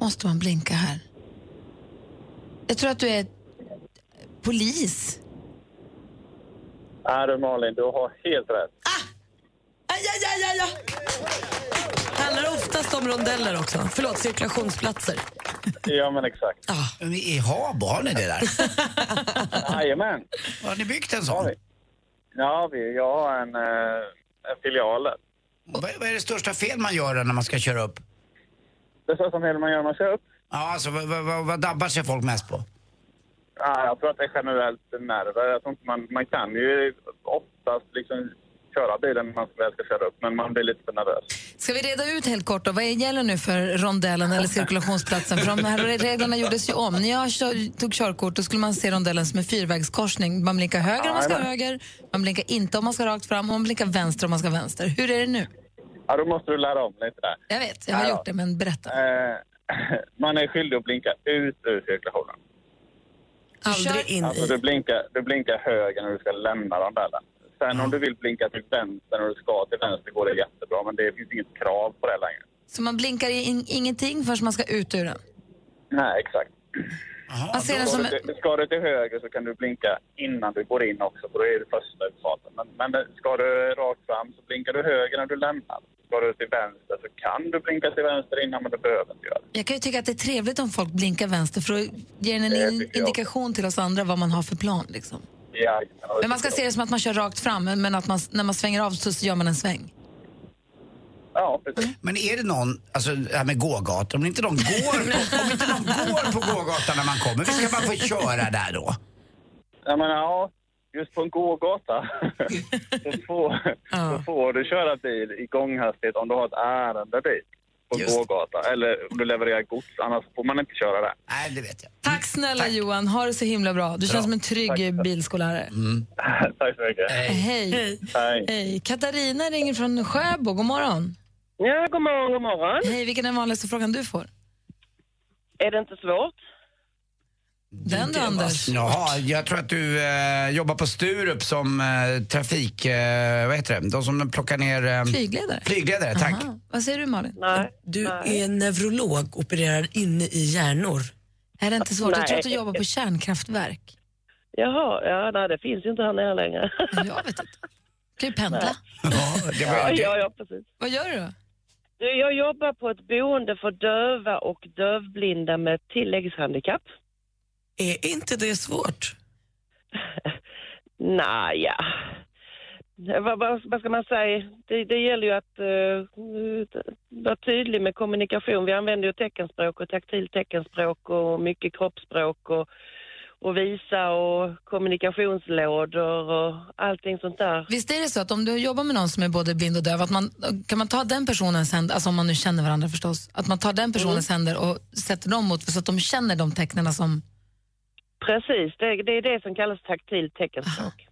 Måste man blinka här? Jag tror att du är polis. Är du Malin, du har helt rätt. Aj, aj, aj, aj, aj. Handlar oftast om rondeller också. Förlåt, cirkulationsplatser. Ja, men exakt. I Habo, har Ah, ni det där? <laughs> Jajamän. Har ni byggt en sån? Ja, vi, jag har en, eh, en filial där. Vad, vad är det största fel man gör när man ska köra upp? Det största fel man gör när man kör upp? Ja, alltså vad, vad, vad, vad dabbar sig folk mest på? Ja, jag tror att det är generellt nerver. Jag tror inte man, man kan ju oftast liksom köra bilen när man väl ska köra upp, men man blir lite för nervös. Ska vi reda ut helt kort då, vad gäller nu för rondellen eller cirkulationsplatsen? För de här reglerna gjordes ju om. När jag kö- tog körkort då skulle man se rondellen som en fyrvägskorsning. Man blinkar höger om man ska Jajamän. höger, man blinkar inte om man ska rakt fram och man blinkar vänster om man ska vänster. Hur är det nu? Ja, då måste du lära om lite där. Jag vet, jag har Ja. gjort det, men berätta. Eh, <laughs> man är skyldig att blinka ut ur cirkulationen. Aldrig in Alltså, du, blinkar, du blinkar höger när du ska lämna rondellen. Sen om du vill blinka till vänster när du ska till vänster går det jättebra, men det finns inget krav på det längre. Så man blinkar in, ingenting förrän man ska ut ur den? Nej, exakt. Man ser den ska, som en... du, ska du till höger så kan du blinka innan du går in också, för då är det första utfarten. Men, men ska du rakt fram så blinkar du höger när du lämnar. Ska du till vänster så kan du blinka till vänster innan, men du behöver inte göra det. Jag kan ju tycka att det är trevligt om folk blinkar vänster för då ger den en in- indikation till oss andra vad man har för plan. Liksom. Ja, Men man ska se det som att man kör rakt fram, men att man, när man svänger av så gör man en sväng. Ja, precis. Men är det någon, alltså det här med gågator, om inte de går <laughs> på, om inte de går på gågatan när man kommer, hur ska man få köra där då? Jag menar, ja, just på en gågata så, får, så får du köra bil i gånghastighet om du har ett ärende dit på en gågata eller om du levererar gods, annars får man inte köra där. Nej, det vet jag. Tack snälla Johan, ha det så himla bra. Du känns som en trygg Tack. bilskollärare. Tack så mycket. Hej. Hej. Hej. Hej. Katarina ringer från Sjöbo, god morgon. Ja, god morgon, god morgon. Hej, vilken är den vanligaste frågan du får? Är det inte svårt? Den då Anders? Jaha, jag tror att du eh, jobbar på Sturup som eh, trafik... Eh, vad heter det? De som plockar ner... Eh, Flygledare. Flygledare, Eh, tack. Vad säger du Malin? Du är neurolog, opererar inne i hjärnor. Är det inte svårt? Jag tror att du Nej. jobbar på kärnkraftverk. Jaha, ja, nej, det finns ju inte här nere längre. Jag vet inte. Du kan ju pendla. <laughs> Ja, ja, ja, precis. Vad gör du då? Du, Jag jobbar på ett boende för döva och dövblinda med tilläggshandikapp. Är inte det <laughs> svårt? Naja, vad, vad, vad ska man säga? Det, det gäller ju att eh, vara tydlig med kommunikation. Vi använder ju teckenspråk och taktilt teckenspråk och mycket kroppsspråk och, och visa och kommunikationslådor och allting sånt där. Visst är det så att om du jobbar med någon som är både blind och döv, att man, kan man ta den personens händer, alltså om man nu känner varandra förstås, att man tar den Mm. personens händer och sätter dem mot så att de känner de tecknen som... Precis, det, det är det som kallas taktilt teckenspråk.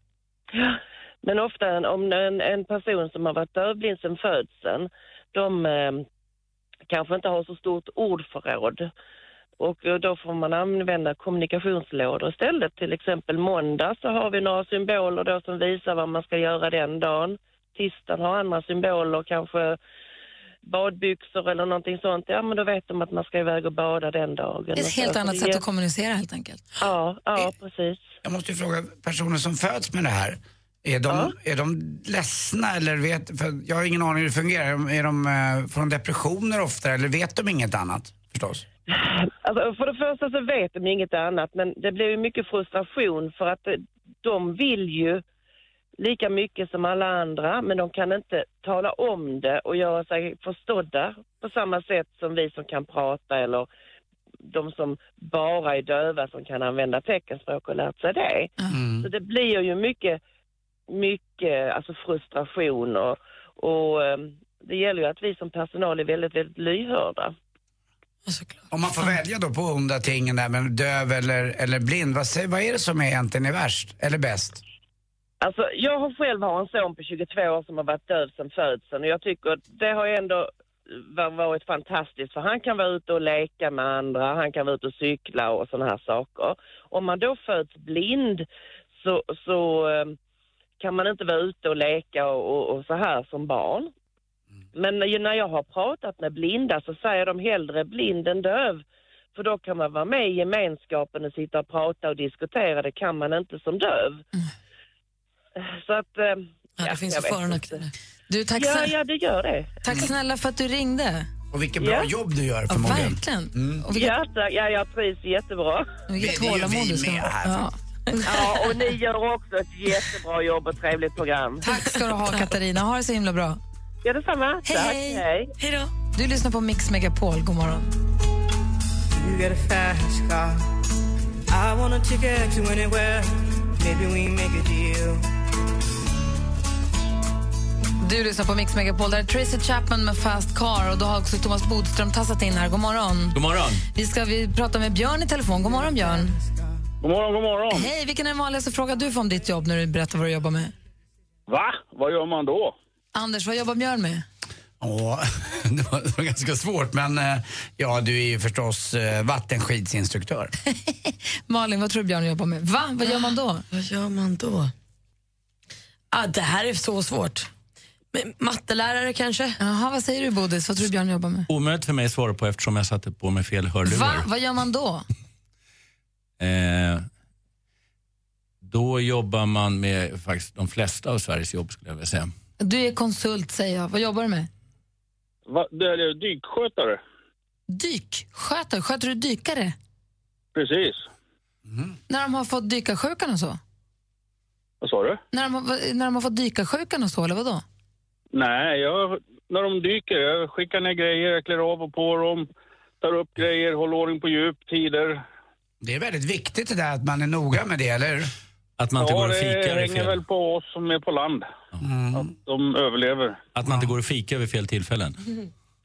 Ja. Men ofta en- om en, en person som har varit dövblind sedan födseln, de eh, kanske inte har så stort ordförråd. Och eh, då får man använda kommunikationslådor istället. Till exempel måndag så har vi några symboler då som visar vad man ska göra den dagen. Tisdagen har andra symboler, kanske badbyxor eller någonting sånt. Ja, men då vet de att man ska iväg och bada den dagen. Det är ett Och så- helt så annat sätt alltså, det ger- att kommunicera helt enkelt. Ja, ja precis. Eh, Jag måste ju fråga, personer som föds med det här, är de, är de ledsna eller vet... För jag har ingen aning hur det fungerar. Är de- Är de, eh, får de depressioner ofta eller vet de inget annat? Förstås. Alltså, för det första så vet de inget annat, men det blir ju mycket frustration för att eh, de vill ju lika mycket som alla andra, men de kan inte tala om det och göra sig förstådda på samma sätt som vi som kan prata eller de som bara är döva som kan använda teckenspråk och lärt sig det. Mm. Så det blir ju mycket, mycket alltså frustration och, och eh, det gäller ju att vi som personal är väldigt, väldigt lyhörda. Om man får välja då på onda tingen där med döv eller, eller blind, vad, sä- vad är det som är egentligen är värst eller bäst? Alltså, jag har själv har en son på 22 år som har varit döv sedan födseln och jag tycker att det har ju ändå va- varit fantastiskt för han kan vara ute och leka med andra, han kan vara ute och cykla och sådana här saker. Om man då föds blind så, så eh, kan man inte vara ute och leka och, och, och så här som barn. Men ju när jag har pratat med blinda så säger de hellre blind än döv. För då kan man vara med i gemenskapen och sitta och prata och diskutera. Det kan man inte som döv. Mm. Så att... eh, Ja, det finns ju för- och nackdelar. Du, tack Ja, snälla- ja, det gör det. Tack snälla för att du ringde. Och vilket bra Ja. jobb du gör Ja, förmodligen. verkligen. Och vilket- Ja, tack. ja, jag trivs jättebra. Vilket Men det gör tålamod vi du ska med ha. här. Ja. Ja, och ni gör också ett jättebra jobb och trevligt program. Tack ska du <laughs> ha, Katarina. Ha det så himla bra. Ja, detsamma. Hej, Tack, hej. hej. hej då. Du lyssnar på Mix Megapol. God morgon. You got a fast car. I want a ticket to anywhere. Maybe we make a deal. Du lyssnar på Mix Megapol. Där är Tracy Chapman med Fast Car. Och då har också Thomas Bodström tassat in här. God morgon. God morgon. Vi ska vi prata med Björn i telefon. God morgon, Björn. God morgon, god morgon. Hej, vilken är den vanligaste frågan du får om ditt jobb när du berättar vad du jobbar med? Va? Vad gör man då? Anders, vad jobbar Björn med? Åh, <laughs> det var, det var ganska svårt men eh, ja, du är ju förstås eh, vattenskidsinstruktör. Malin, vad tror du Björn jobbar med? Va? Vad gör man då? Ah, Vad gör man då? Ah, det här är så svårt. Men, mattelärare kanske? Jaha, vad säger du Bodis? Vad tror du Björn jobbar med? Omöjligt för mig att svara på eftersom jag satte på mig fel hörlurar. Va? Vad gör man då? Eh, då jobbar man med faktiskt de flesta av Sveriges jobb skulle jag vilja säga. Du är konsult säger jag. Vad jobbar du med? Va, det är dykskötare. Dykskötare? Sköter du dykare? Precis. När de har fått dykarsjukan och så? Vad sa du? När de, har- när de har fått dykarsjukan och så, eller vadå? Nej, jag, när de dyker, jag skickar ner grejer, jag klär av och på dem, tar upp grejer, håller ordning på djup, tider. Det är väldigt viktigt det där att man är noga med det, eller hur? Att man inte ja, går och fikar det är hänger fel. väl på oss som är på land, att de överlever. Att man inte går och fikar vid fel tillfällen.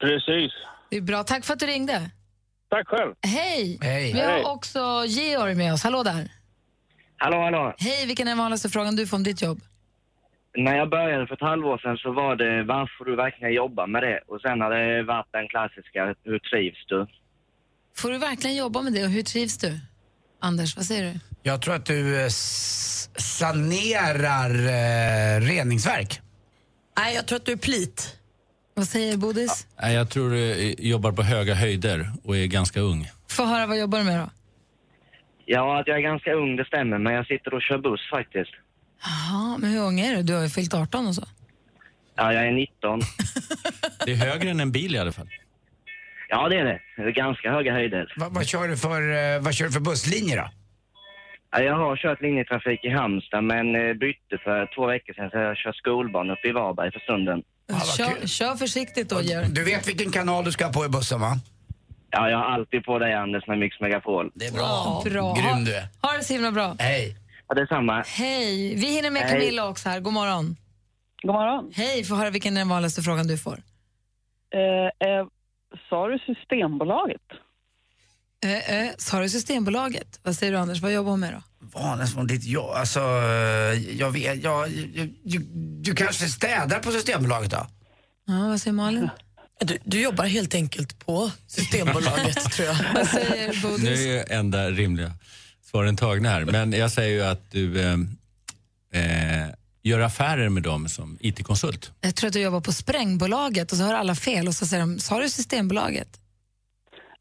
Precis. Det är bra. Tack för att du ringde. Tack själv. Hej! Hej. Vi Hej. har också Georg med oss. Hallå där. Hallå, hallå. Hej, vilken är den vanligaste frågan du får om ditt jobb? När jag började för ett halvår sedan så var det varför du verkligen jobbar med det. Och sen har det varit den klassiska, hur trivs du? Får du verkligen jobba med det och hur trivs du? Anders, vad säger du? Jag tror att du eh, s- sanerar eh, reningsverk. Nej, jag tror att du är plit. Vad säger Bodis? Nej, jag tror du jobbar på höga höjder och är ganska ung. Få höra, vad jobbar du med då? Ja, att jag är ganska ung det stämmer, men jag sitter och kör buss faktiskt. Jaha, men hur ung är du? Du har ju fyllt 18 och så. Ja, jag är 19. <laughs> Det är högre än en bil i alla fall. Ja, det är det. Det är ganska höga höjder. Va, vad, kör du för, eh, vad kör du för busslinje då? Ja, jag har kört linjetrafik i Halmstad, men eh, bytte för två veckor sedan så jag kör skolbarn uppe i Varberg för stunden. Kör, kör försiktigt då, Georg. Ah, Du vet vilken kanal du ska ha på i bussen va? Ja, jag har alltid på dig Anders med Mix Megapol. Det är Ja, bra. Grym du är. Ha det så himla bra. Hej. Ja, detsamma. Hej! Vi hinner med Hej. Camilla också här. God morgon. God morgon. Hej, få höra vilken är den vanligaste frågan du får. Eh, eh, sa du Systembolaget? Eh, eh, sa du Systembolaget? Vad säger du Anders, vad jobbar hon med då? Vanligast från ditt jobb? Alltså, eh, jag vet, jag, jag, du, du kanske städar på Systembolaget då? Ja, vad säger Malin? Du, du jobbar helt enkelt på <laughs> Systembolaget, tror jag. Vad säger Bodis? Nu är ju enda rimliga svaren tagna här. Men jag säger ju att du eh, eh, gör affärer med dem som IT-konsult. Jag tror att du jobbar på Sprängbolaget och så hör alla fel och så säger de, sa du Systembolaget?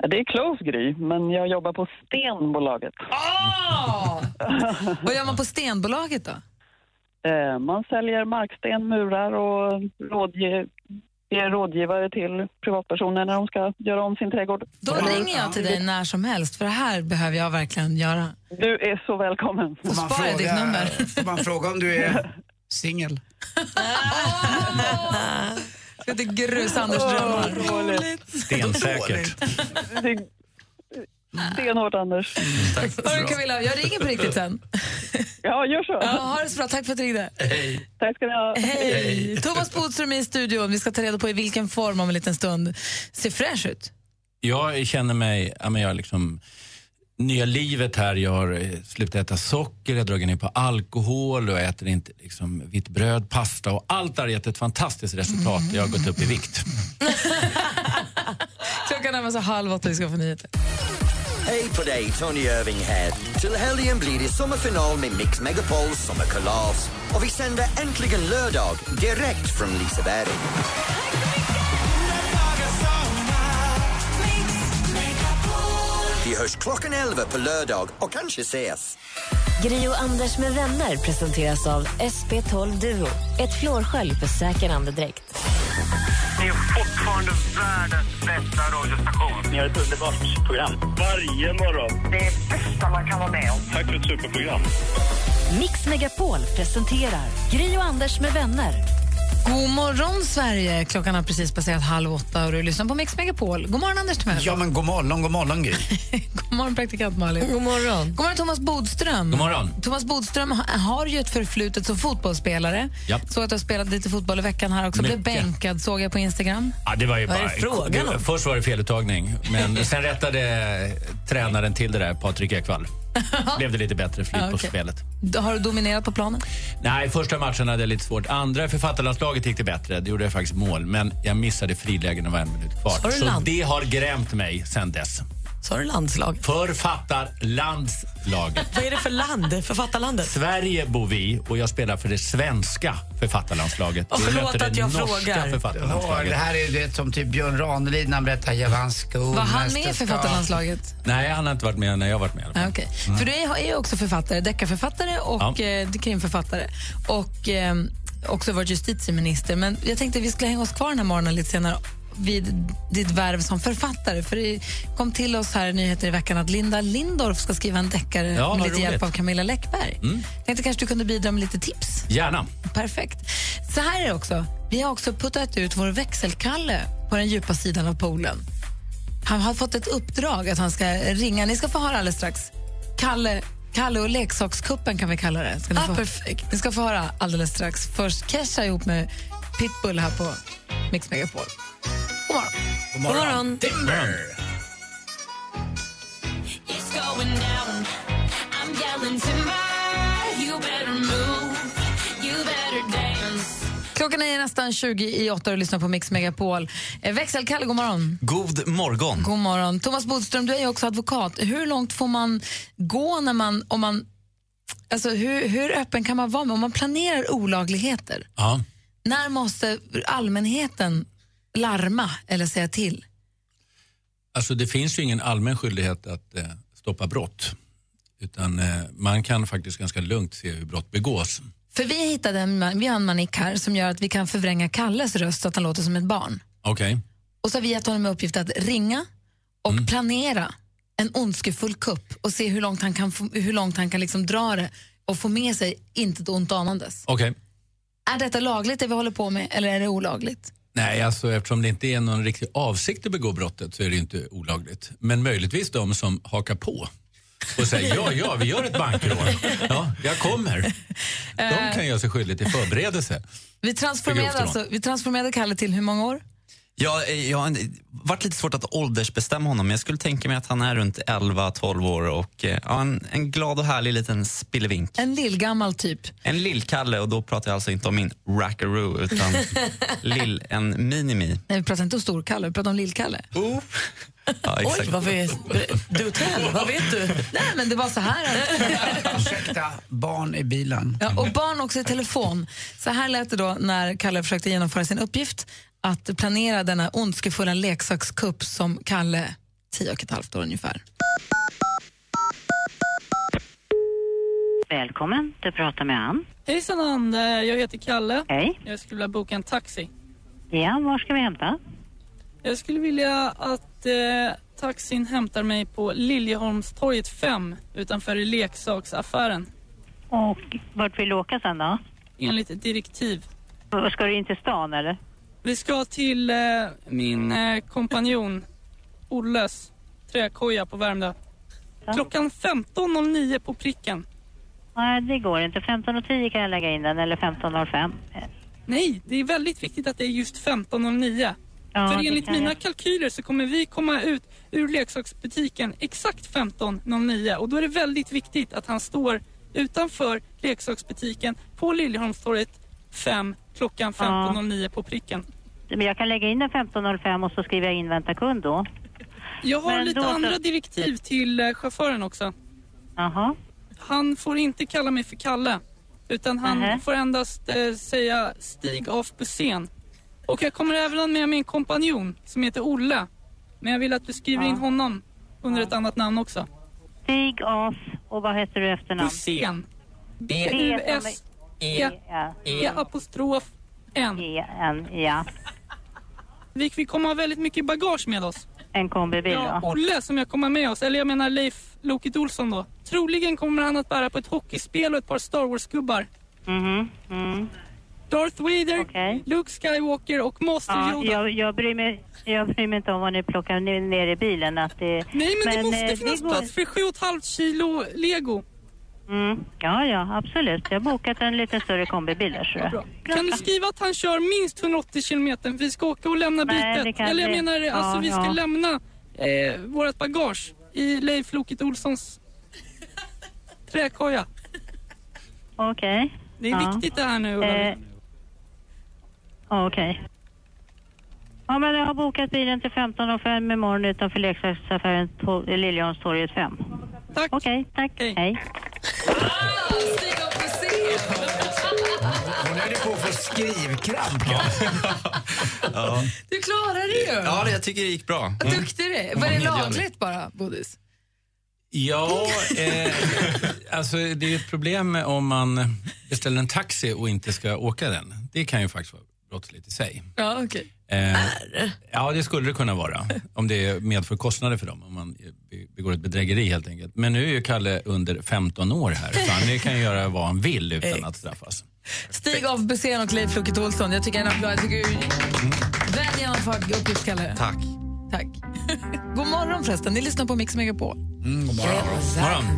Eh, Det är close Gry, men jag jobbar på Stenbolaget. Vad gör man på Stenbolaget då? Eh, man säljer marksten, murar och rådge, ger rådgivare till privatpersoner när de ska göra om sin trädgård. Mm. Då ringer jag till dig när som helst för det här behöver jag verkligen göra. Du är så välkommen. Får man spara ditt nummer. <laughs> Får man fråga om du <laughs> är singel? Det är grus Anders drömmar. Dåligt. Stensäkert. Det- Stenhårt, Anders. Mm. Hörru Camilla, jag ringer på riktigt sen. <laughs> Ja, gör så. Ja, ha det så bra. Tack för att du ringde. Hej. Tack ska ni ha. Hej! Thomas Bodström är i studion. Vi ska ta reda på i vilken form om en liten stund. Ser fräsch ut. Jag känner mig, ja men jag har liksom nya livet här, jag har eh, slutat äta socker, jag har dragit ner på alkohol och jag äter inte liksom vitt bröd, pasta och allt har gett ett fantastiskt resultat. Jag har gått upp i vikt. Klockan närmar sig halv åtta. Vi ska få nyheter. Hej på dig, Tony Irving här. Till helgen blir det sommarfinal med Mix Megapols sommarkalas. Och vi sänder äntligen lördag direkt från Liseberg. Vi hörs klockan 11 på lördag och kanske ses. Gri och Anders med vänner presenteras av SP12 Duo. Ett flårskölj för säker andedräkt. Ni är fortfarande världens bästa radiostation. Ni har ett underbart program. Varje morgon. Det är bästa man kan vara med om. Tack för ett superprogram. Mix Megapol presenterar Gri och Anders med vänner. God morgon, Sverige! Klockan har precis passerat halv åtta och du lyssnar på Mix Megapol. God morgon, Anders Timell. Ja, men god morgon, god morgon Gry. God morgon, praktikant Malin. God morgon. God morgon, Thomas Bodström. God morgon. Thomas Bodström ha- har ju ett förflutet som fotbollsspelare. Japp. Såg att du har spelat lite fotboll i veckan här också. Blev Mycket. bänkad, såg jag på Instagram. Ja, det var ju Vad är bara, det frågan om? Först var det feluttagning, men sen rättade eh, tränaren till det där, Patrik Ekwall. Blev det lite bättre flyt Ja, på okej. spelet. D- <laughs> Har du dominerat på planen? Nej, första matchen hade jag lite svårt. Andra författarlandslaget gick det bättre. Det gjorde jag faktiskt mål, men jag missade frilägen när det var en minut Sa kvar. du Så land? det har grämt mig sen dess. Sa du landslag? Författarlandslaget. <laughs> Vad är det för land? Författarlandet? Sverige bor vi och jag spelar för det svenska författarlandslaget. Och Vi förlåt möter det att jag norska frågar. Ja, författarlandslaget. det här är ju det som typ Björn Ranelid när han berättar Javansko. Var han med i författarlandslaget? Nej, han har inte varit med när jag har varit med. Ja, okej. För du är är ju också författare, deckarförfattare och mm. eh, Ja. krimförfattare. Och eh, också varit justitieminister. Men jag tänkte vi skulle hänga oss kvar den här morgonen lite senare vid ditt värv som författare. För det kom till oss här i nyheter i veckan att Linda Lindorff ska skriva en deckare Ja, vad med lite roligt. hjälp av Camilla Läckberg. Mm. Tänkte kanske du kunde bidra med lite tips. Gärna. Perfekt. Så här är det också. Vi har också puttat ut vår växelkalle på den djupa sidan av poolen. Han har fått ett uppdrag att han ska ringa. Ni ska få höra alldeles strax. Kalle, Kalle och leksakskuppen kan vi kalla det. Ska ni, Ah, få, perfekt. ni ska få höra alldeles strax. Först Kesha ihop med Pitbull här på Mix Megapol. God morgon. God morgon. God morgon. Timber! It's going down. I'm yelling timber. You better move. You better dance. Klockan är nästan 20 i åtta och lyssnar på Mix Megapol. Eh, Växelkalle, god morgon. God morgon. God morgon. Thomas Bodström, du är ju också advokat. Hur långt får man gå när man... Om man alltså, hur, hur öppen kan man vara med om man planerar olagligheter? Ja. När måste allmänheten larma eller säga till? Alltså det finns ju ingen allmän skyldighet att eh, stoppa brott. Utan eh, man kan faktiskt ganska lugnt se hur brott begås. För vi hittade en, man- vi har en manik här som gör att vi kan förvränga Kalles röst så att han låter som ett barn. Okej. Och så har vi gett honom i uppgift att ringa och planera en ondskefull kupp och se hur långt han kan, få- hur långt han kan liksom dra det och få med sig inte ett ont anandes. Okej. Är detta lagligt det vi håller på med eller är det olagligt? Nej, alltså eftersom det inte är någon riktig avsikt att begå brottet så är det ju inte olagligt. Men möjligtvis de som hakar på och säger ja, ja, vi gör ett bankrån. Ja, jag kommer. De kan göra sig skyldiga till förberedelse. Eh, Vi transformerade, För grovt rån. alltså, vi transformerade Kalle till hur många år? Jag, eh, jag har en- varit lite svårt att åldersbestämma honom, men jag skulle tänka mig att han är runt 11-12 år och eh, ja, en, en glad och härlig liten spillevink. En lillgammal typ. En lillkalle, och då pratar jag alltså inte om min rackaroo, utan lill, en minimi. Nej, vi pratar inte om Storkalle, vi pratar om Lillkalle. Oh. <laughs> Ja, exakt. du tell, vad vet du? Nej, men det var så här. att- Barn i bilen. Ja, och barn också i telefon. Så här lät det då när Kalle försökte genomföra sin uppgift att planera denna ondskefulla leksakskupp som Kalle, tio och ett halvt år ungefär. Välkommen, du pratar med Ann. Hejsan Ann, Eh, jag heter Kalle. Hej. Jag skulle vilja boka en taxi. Ja, var ska vi hämta? Jag skulle vilja att eh, taxin hämtar mig på Liljeholmstorget 5 utanför leksaksaffären Och vart vill du åka sen då? enligt ett direktiv. Och Ska du in till stan eller? Vi ska till eh, min eh, kompanjon Olles träkoja på Värmdö. Klockan 15.09 på pricken. Nej, det går inte. 15.10 kan jag lägga in den, eller 15.05. Nej, det är väldigt viktigt att det är just 15.09. Ja, För det enligt kan mina jag. kalkyler så kommer vi komma ut ur leksaksbutiken exakt 15.09 och då är det väldigt viktigt att han står utanför leksaksbutiken på Liljeholmstorget 5 klockan 15.09 på pricken. Men jag kan lägga in den 15.05 och så skriver jag in vänta kund då. Jag har Men lite då så- andra direktiv till eh, chauffören också. Jaha. Han får inte kalla mig för Kalle, utan han Nähä. får endast eh, säga Stig af Bussén. Och jag kommer även med min kompanjon som heter Olle. Men jag vill att du skriver in honom under ett annat namn också. Stig As och vad heter du i efternamn? Bussén. B- B-U-S. E- E apostrof N. E-N, ja. Vi, vi kommer ha väldigt mycket bagage med oss. En kombibil Ja, då. Olle som jag kommer med oss, eller jag menar Leif Loket Olsson då. Troligen kommer han att bära på ett hockeyspel och ett par Star Wars-gubbar. Mhm, mm. Darth Vader, Luke Skywalker och Master Ja, Yoda. jag, jag, bryr mig, jag bryr mig inte om vad ni plockar ner ner i bilen. Att det, Nej, men, det måste eh, finnas går- plats för 7,5 kilo lego. Mm, ja, ja, absolut. Jag har bokat en lite större kombibil där, så. Bra. Kan du skriva att han kör minst 180 kilometer? Vi ska åka och lämna Nej, det bytet. kan Eller jag vi- menar, ja, alltså vi ska ja. lämna eh, vårt bagage i Leif Loket Olssons träkoja. Okej. Det är Ja. viktigt det här nu, Ulla. Eh, ja, Okej. Ja, men jag har bokat bilen till 15.05 imorgon utanför leksaksaffären på Liljeholmstorget 5. Tack. Okej, tack. Hej. Hon höll ju på att få skrivkramp. Ja. Du klarar det ju! Ja, det- jag tycker det gick bra. Mm. Vad duktig du är. Var det lagligt bara, Bodis? Ja, eh, alltså det är ju ett problem om man beställer en taxi och inte ska åka den. Det kan ju faktiskt vara brottsligt i sig. Ja, okej. Eh, ja, det skulle det kunna vara. Om det medför kostnader för dem. Om man eh, be- begår ett bedrägeri helt enkelt. Men nu är ju Kalle under 15 år här. Så han kan ju göra vad han vill utan att straffas. Stig af Bussén och Leif Loket Olsson. Jag tycker en applåd. Jag tycker väl genomförd uppgift, Kalle. Tack. Tack. God morgon förresten. Ni lyssnar på Mix Megapol. god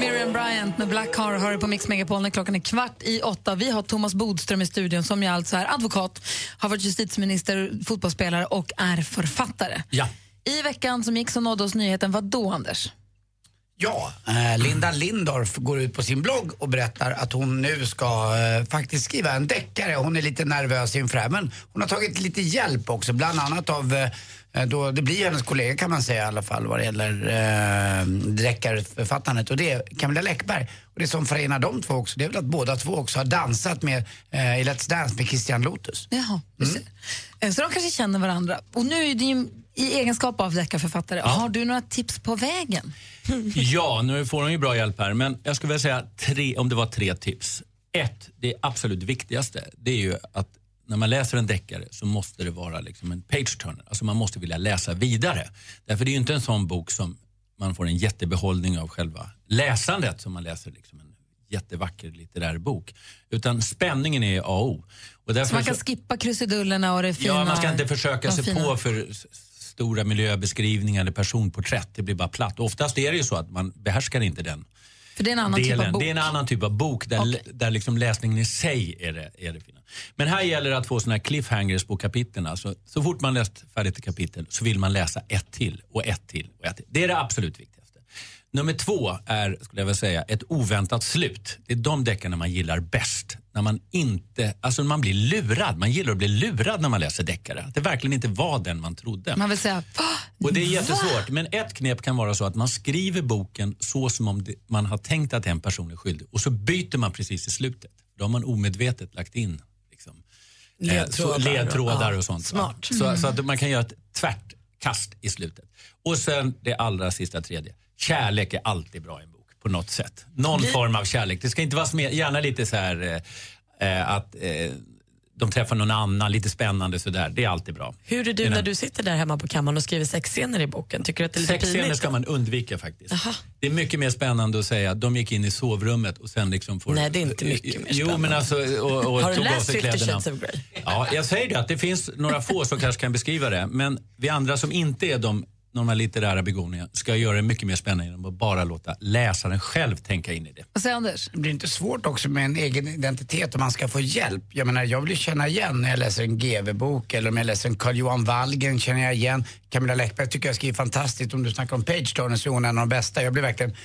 Miriam Bryant med Black Car har det på Mix Megapol när klockan är kvart i åtta. Vi har Thomas Bodström i studion som ju alltså är advokat, har varit justitieminister, fotbollsspelare och är författare. Ja. I veckan som gick så nådde oss nyheten, vad då Anders? Ja, eh, Linda Lindorff går ut på sin blogg och berättar att hon nu ska eh, faktiskt skriva en deckare. Hon är lite nervös inför det här, men hon har tagit lite hjälp också, bland annat av eh, då, det blir ju hennes kollega kan man säga i alla fall vad det gäller eh, deckarförfattandet och det är Camilla Läckberg. Och det som förenar de två också det är väl att båda två också har dansat med, eh, i Let's Dance med Christian Lotus. Jaha, mm. Eh, Så de kanske känner varandra. Och nu är din, i egenskap av deckarförfattare, har du några tips på vägen? Ja, nu får hon ju bra hjälp här. Men jag skulle vilja säga tre, om det var tre tips. Ett, det absolut viktigaste, det är ju att när man läser en deckare så måste det vara liksom en page-turner. Alltså man måste vilja läsa vidare. Därför det är ju inte en sån bok som man får en jättebehållning av själva läsandet som man läser liksom en jättevacker litterär bok. Utan spänningen är A och O. Och därför Så man kan så- skippa krusidullerna och det fina. Ja, man ska inte försöka de sig fina- på för s- stora miljöbeskrivningar eller personporträtt. Det blir bara platt. Oftast är det ju så att man behärskar inte den För det är en annan delen. typ av bok. Det är en annan typ av bok där, där liksom läsningen i sig är det, är det fina. Men här gäller det att få såna här cliffhangers på kapitlen. Alltså, så fort man läst färdigt ett kapitel så vill man läsa ett till och ett till och ett till. Det är det absolut viktigaste. Nummer två är, skulle jag vilja säga, ett oväntat slut. Det är de deckarna man gillar bäst. När man inte, alltså man blir lurad. Man gillar att bli lurad när man läser deckare. Att det verkligen inte var den man trodde. Man vill säga, "Va? Och det är jättesvårt. Men ett knep kan vara så att man skriver boken så som om det, man har tänkt att en person är skyldig och så byter man precis i slutet. Då har man omedvetet lagt in eh, Ledtrådar så, ledtrådar och- och sånt. ja, va? smart. Så, Mm. så att man kan göra ett tvärtkast i slutet. Och sen det allra sista tredje. Kärlek är alltid bra i en bok på något sätt. Någon Vi- form av kärlek. Det ska inte vara smed, gärna lite så här eh, eh, att eh, de träffar någon annan, lite spännande sådär. Det är alltid bra. Hur är du när du sitter där hemma på kammaren och skriver sexscener i boken? Tycker du att det är lite Sexscener pinigt? ska man undvika faktiskt. Aha. Det är mycket mer spännande att säga de gick in i sovrummet och sen liksom får... Nej, det är inte mycket mer Jo, men alltså... Och, och Har du tog av läst sig Fifty kläderna. Shades of Grey? Ja, jag säger det att det finns några få som kanske kan beskriva det. Men vi andra som inte är de några litterära begåvningar ska göra det mycket mer spännande genom att bara låta läsaren själv tänka in i det. Vad säger Anders? Det blir inte svårt också med en egen identitet om man ska få hjälp. Jag menar, jag vill ju känna igen när jag läser en GV-bok eller om jag läser en Carl-Johan Wallgren känner jag igen. Camilla Läckberg tycker jag skriver fantastiskt. Om du snackar om Page Turner så är hon en av de bästa. Jag blir verkligen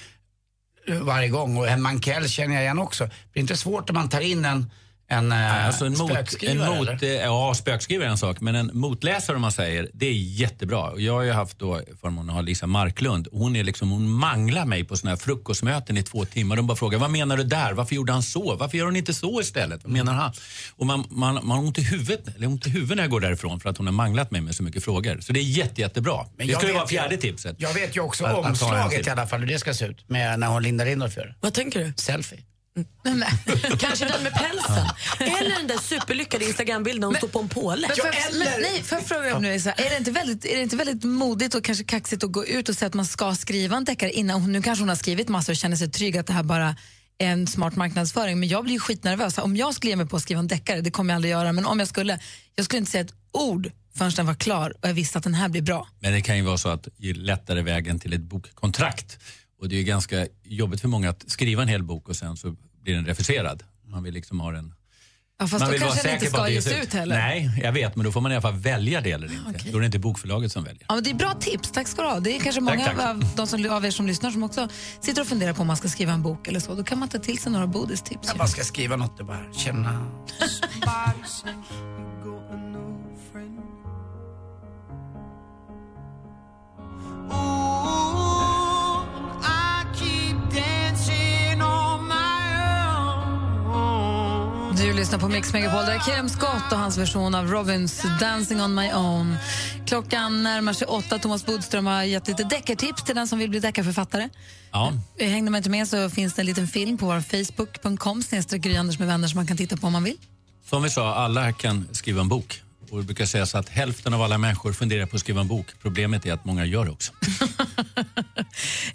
eh, varje gång och en Mankell känner jag igen också. Det blir inte svårt om man tar in en, en, eh, Alltså en mot, en spökskrivare eller? mot, eh, ja, spökskrivare är en sak, men en motläsare om man säger, det är jättebra. Och Jag har ju haft då förmånen att ha Lisa Marklund. Hon, är liksom, hon manglar mig på såna här frukostmöten i två timmar. De bara frågar, vad menar du där? Varför gjorde han så? Varför gör hon inte så istället? Vad menar han? Och man, man, man har ont i huvudet, eller ont i huvudet när jag går därifrån för att hon har manglat mig med så mycket frågor. Så det är jätte, jättebra. Men det jag skulle vet vara fjärde ju- tipset. Jag vet ju också Att- att ta en omslaget till. i alla fall hur det ska se ut med, när hon lindar in något för Vad tänker du? Selfie. Kanske den med pälsen? Eller den där superlyckade Instagrambilden när hon står på en påle? Men, för, men, nej, för jag fråga om nu, Isa, är, det inte väldigt, är det inte väldigt modigt och kanske kaxigt att gå ut och säga att man ska skriva en deckare innan? hon- Nu kanske hon har skrivit massor och känner sig trygg att det här bara är en smart marknadsföring, men jag blir ju skitnervös. Om jag skulle ge mig på att skriva en deckare, det kommer jag aldrig göra, men om jag skulle, jag skulle inte säga ett ord förrän den var klar och jag visste att den här blir bra. Men det kan ju vara så att ju lättare vägen till ett bokkontrakt. Och det är ju ganska jobbigt för många att skriva en hel bok och sen så blir den refuserad. Man vill liksom ha den... Ja, fast man då vill vara kanske den säker inte på att ska ges det ges ut heller. Ah, Nej, jag vet, men då får man i alla fall välja det eller inte. Då är det inte bokförlaget som väljer. Ja, men det är bra tips, tack ska du ha. Det är kanske många Tack, tack. Av, de som, av er som lyssnar som också sitter och funderar på om man ska skriva en bok eller så. Då kan man ta till sig några Bodis tips. Jag bara ska skriva något och bara känna... Du lyssnar på Mix Megapol. Där är Kim Scott och hans version av Robins Dancing on my own. Klockan närmar sig åtta. Thomas Bodström har gett lite deckartips till den som vill bli deckarförfattare. Ja. Hängde man inte med så finns det en liten film på vår Facebook.com snedstreck Gry Anders med vänner som man kan titta på om man vill. Som vi sa, alla kan skriva en bok. Och det brukar sägas att hälften av alla människor funderar på att skriva en bok. Problemet är att många gör det också.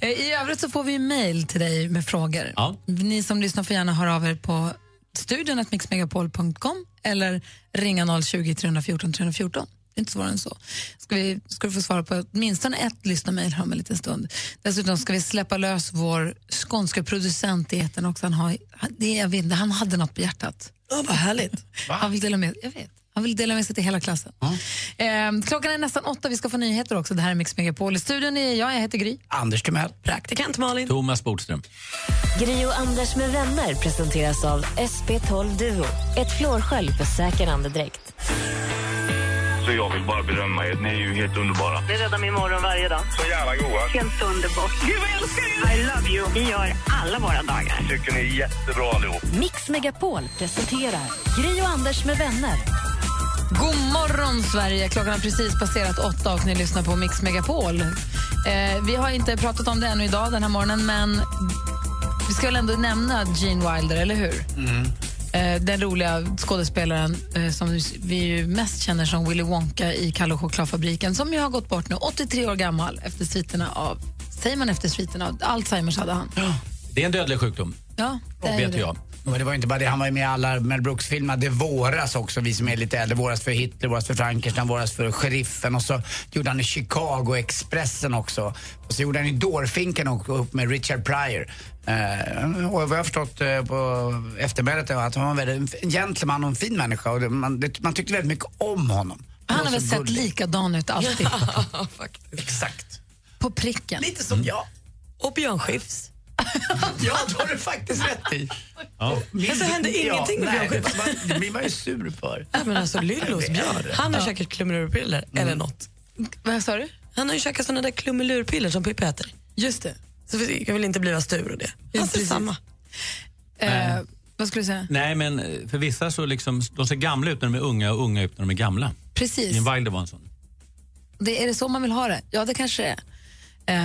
Eh, I övrigt så får vi ju mejl till dig med frågor. Ja. Ni som lyssnar får gärna höra av er på studion at mixmegapol.com eller ringa 020 314 314. Det är inte svårare än så. Ska, vi, ska du få svara på åtminstone ett lyssnarmejl här om en liten stund. Dessutom ska vi släppa lös vår skånska producent i etern också. Han, har, han- det, är- jag vet, inte, han hade något på hjärtat. Oh, vad härligt. <laughs> Han vill dela med, jag vet. Han vill dela med sig till hela klassen. Ehm, klockan är nästan åtta, vi ska få nyheter också. Det här är Mix Megapol. I studion är jag, jag heter Gry. Anders Timell. Praktikant Malin. Thomas Bodström. Gri och Anders med vänner presenteras av SP12 Duo. Ett flårskölj för säker andedräkt. Så jag vill bara berömma er. Ni är ju helt underbara. Det räddar min morgon varje dag. Så jävla goa. Helt underbart. Gud, vad jag älskar er! I love you. Vi gör alla våra dagar. Tycker ni är jättebra allihop. Mix Megapol presenterar Gri och Anders med vänner. God morgon, Sverige! Klockan har precis passerat åtta och ni lyssnar på Mix Megapol. Eh, vi har inte pratat om det ännu idag den här morgonen, men vi ska väl ändå nämna Gene Wilder, eller hur? Mm. Eh, den roliga skådespelaren eh, som vi ju mest känner som Willy Wonka i Kalle och chokladfabriken som ju har gått bort nu, 83 år gammal, efter sviterna av... Säger man efter sviterna av? Alzheimers hade han. Det är en dödlig sjukdom, Ja, det är vet det. jag. Men det var ju inte bara det, han var ju med i alla Mel Brooks-filmer. Det våras också, vi som är lite äldre. Våras för Hitler, våras för Frankenstein, våras för Sheriffen. Och så gjorde han i Chicago Expressen också. Och så gjorde han ju Dårfinken och upp med Richard Pryor. Eh, och vad jag har förstått eh, på eftermälet är att han var en väldigt- en gentleman och en fin människa. Och det, man, det, man tyckte väldigt mycket om honom. Han var har väl så sett gullig. likadan ut alltid. <laughs> Exakt. På pricken. Lite som jag. Och Björn Skifs. ja, då har du faktiskt rätt i. Ja. Men så hände ingenting med nej, Björn Skifs. det- <laughs> Det blir man ju sur för. Nej, men alltså Lyllos Jag vet. Björn, han har käkat klummelurpiller eller Mm. något. Vad sa du? Han har ju käkat såna där klummelurpiller som Pippi äter. Just det. Så vi- jag vill inte bliva stur och det. Han ser samma. Eh, vad skulle du säga? Nej, men eh, för vissa så liksom, de ser gamla ut när de är unga och unga ut när de är gamla. Precis. Gene Wilder var en sån. Det, är det så man vill ha det? Ja, det kanske det är.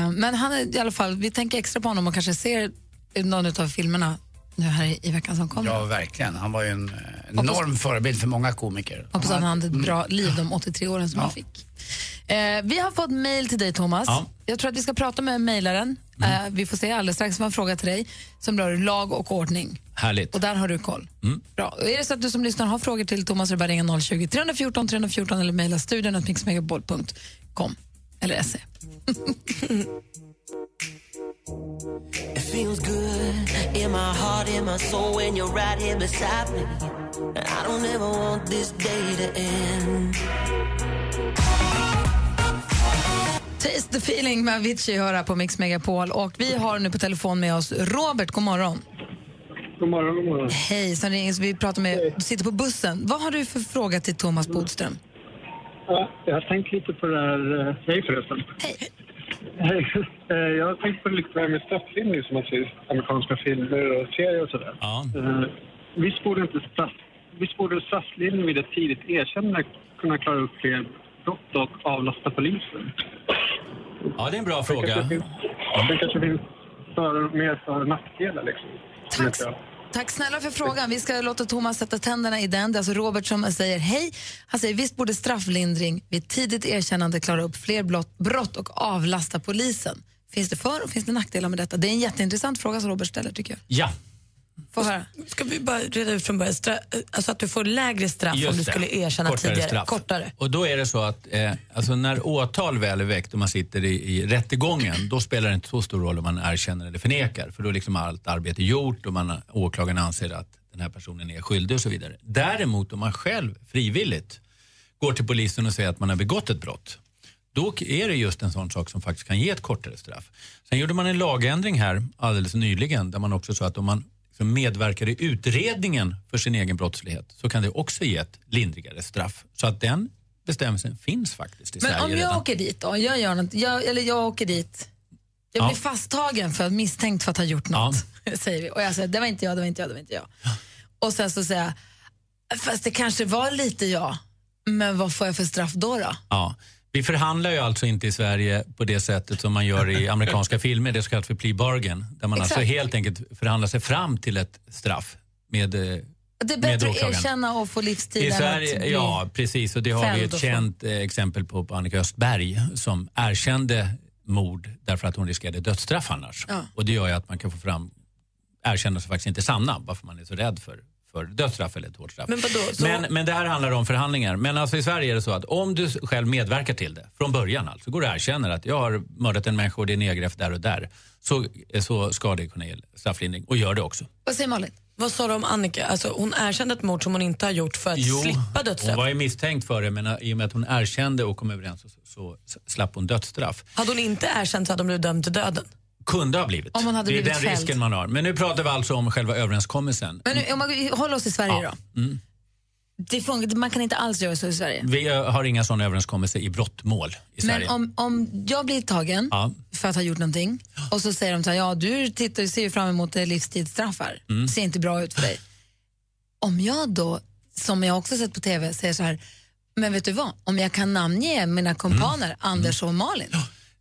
Eh, men han är i alla fall, vi tänker extra på honom och kanske ser någon av filmerna nu här i, i veckan som kommer. Ja, verkligen. Han var ju en, enorm förebild för många komiker. Hoppas att han hade ett bra liv de 83 åren som han fick. Eh, vi har fått mejl till dig, Thomas. Ja. Jag tror att vi ska prata med mejlaren. Eh, vi får se alldeles strax. Vi har en fråga till dig som rör lag och ordning. Härligt. Och där har du koll. Mm. Bra. Och är det så att du som lyssnar har frågor till Thomas så är det bara ringa 020 314 314 eller mejla studion at mixmegapol.com eller se. It feels good in my heart, in my soul when you're right here beside me. I don't ever want this day to end. Taste the feeling med Avicii hör här på Mix Megapol och vi har nu på telefon med oss Robert, god morgon. God morgon, god morgon. Hej, som ringer, så vi pratar med, du sitter på bussen. Vad har du för fråga till Thomas Bodström? Ja, jag har tänkt lite på det här... eh, Hej förresten. Hej. <laughs> Eh, Jag har tänkt på lite det här med straffilmer som man ser i amerikanska filmer och serier och sådär. Ja. Eh, Visst borde inte straff... Visst borde strafflindring vid ett tidigt erkännande kunna klara upp fler brott och avlasta polisen? Ja, det är en bra fråga. Det kanske finns för, mer för och nackdelar liksom. Tack, Tack snälla för frågan. Vi ska låta Thomas sätta tänderna i den. Det är alltså Robert som säger hej. Han säger visst borde strafflindring vid tidigt erkännande klara upp fler blott, brott och avlasta polisen. Finns det för och finns det nackdelar med detta? Det är en jätteintressant fråga som Robert ställer tycker jag. Ja. Få höra. Ska vi bara reda ut från början, stra- alltså att du får lägre straff om du det. skulle erkänna tidigare. Kortare. Och då är det så att eh, alltså när åtal väl är väckt och man sitter i, i rättegången, då spelar det inte så stor roll om man erkänner eller förnekar. För då är liksom allt arbete gjort och man, åklagaren anser att den här personen är skyldig och så vidare. Däremot om man själv frivilligt går till polisen och säger att man har begått ett brott, då är det just en sån sak som faktiskt kan ge ett kortare straff. Sen gjorde man en lagändring här alldeles nyligen där man också sa att om man liksom medverkar i utredningen för sin egen brottslighet så kan det också ge ett lindrigare straff. Så att den bestämmelsen finns faktiskt i Men Sverige om jag redan. åker dit då, jag gör något, jag, eller jag åker dit. Jag Ja. blir fasttagen för misstänkt för att ha gjort något, <laughs> säger vi. Och jag säger, det var inte jag, det var inte jag, det var inte jag. Och sen så säger jag, fast det kanske var lite jag. Men vad får jag för straff då? då? Ja. Vi förhandlar ju alltså inte i Sverige på det sättet som man gör <laughs> i amerikanska filmer, det så kallat för plea bargain, där man Exakt. alltså helt enkelt förhandlar sig fram till ett straff med eh, Det är med bättre att åklagaren. erkänna och få livstid I än Sverige, att bli... Ja, precis. Och det har vi fälld och ett få- känt eh, exempel på, på Annika Östberg som erkände mord därför att hon riskerade dödsstraff annars. Ja. Och det gör ju att man kan få fram erkännanden som faktiskt inte är sanna, varför man är så rädd för, för dödsstraff eller ett hårt straff. Men vadå, så- men, men det här handlar om förhandlingar. Men alltså i Sverige är det så att om du själv medverkar till det från början, alltså går du och erkänner att jag har mördat en människa och det är nedgrävt där och där, så, eh, så ska det kunna ge strafflindring och gör det också. Vad säger Malin? Vad sa du om Annika? Alltså, hon erkände ett mord som hon inte har gjort för att slippa Hon dödsstraff. var ju misstänkt för det, men eh, i och med att hon erkände och kom överens så, så s- slapp hon dödsstraff. Hade hon inte erkänt så hade hon blivit dömd till döden. Kunde ha blivit. Om hon hade det är blivit den fälld. risken man har. Men nu pratar vi alltså om själva överenskommelsen. Men nu, om man håller oss i Sverige då. Mm. Det funkar, man kan inte alls göra så i Sverige. Vi eh, har inga sådana överenskommelser i brottmål Men i Sverige. om, om jag blir tagen Ja. för att ha gjort någonting och så säger de så här, ja du tittar, ser ju fram emot eh, livstidsstraff här. Mm. Ser inte bra ut för dig. Om jag då, som jag också sett på TV, säger så här, men vet du vad, om jag kan namnge mina kompaner Mm. Anders och Malin,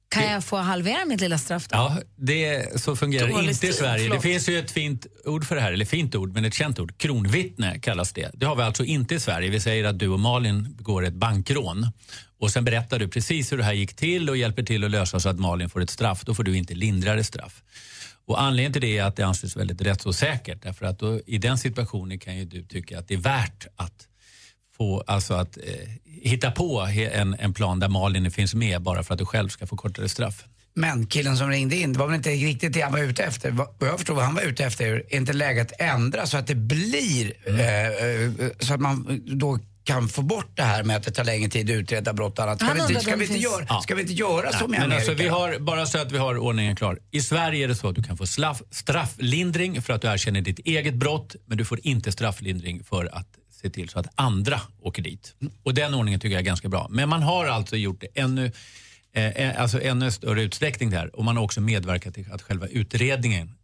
kan jag få halvera mitt lilla straff då? Ja, det, så fungerar det Dålig inte i stil, Sverige. förlåt. Det finns ju ett fint ord för det här, eller fint ord, men ett känt ord. Kronvittne kallas det. Det har vi alltså inte i Sverige. Vi säger att du och Malin begår ett bankrån. Och sen berättar du precis hur det här gick till och hjälper till att lösa så att Malin får ett straff. Då får du inte lindrare straff. Och anledningen till det är att det anses väldigt rättsosäkert. Därför att då, i den situationen kan ju du tycka att det är värt att få, alltså att eh, hitta på he- en, en plan där Malin finns med bara för att du själv ska få kortare straff. Men killen som ringde in, det var väl inte riktigt det han var ute efter. Vad vad jag förstår vad han var ute efter är inte läget ändra så att det blir, Mm. eh, eh, så att man då kan få bort det här med att det tar längre tid att utreda brott och annat. Ska, Han vi inte, undrade ska, om vi, det inte finns- göra, Ja. ska vi inte göra som i Nej, men Amerika? alltså, vi har, bara så att vi har ordningen klar. I Sverige är det så att du kan få slaff, strafflindring för att du erkänner ditt eget brott, men du får inte strafflindring för att se till så att andra åker dit. Och den ordningen tycker jag är ganska bra. Men man har alltså gjort det ännu, eh, alltså ännu större utsträckning där och man har också medverkat till att själva utredningen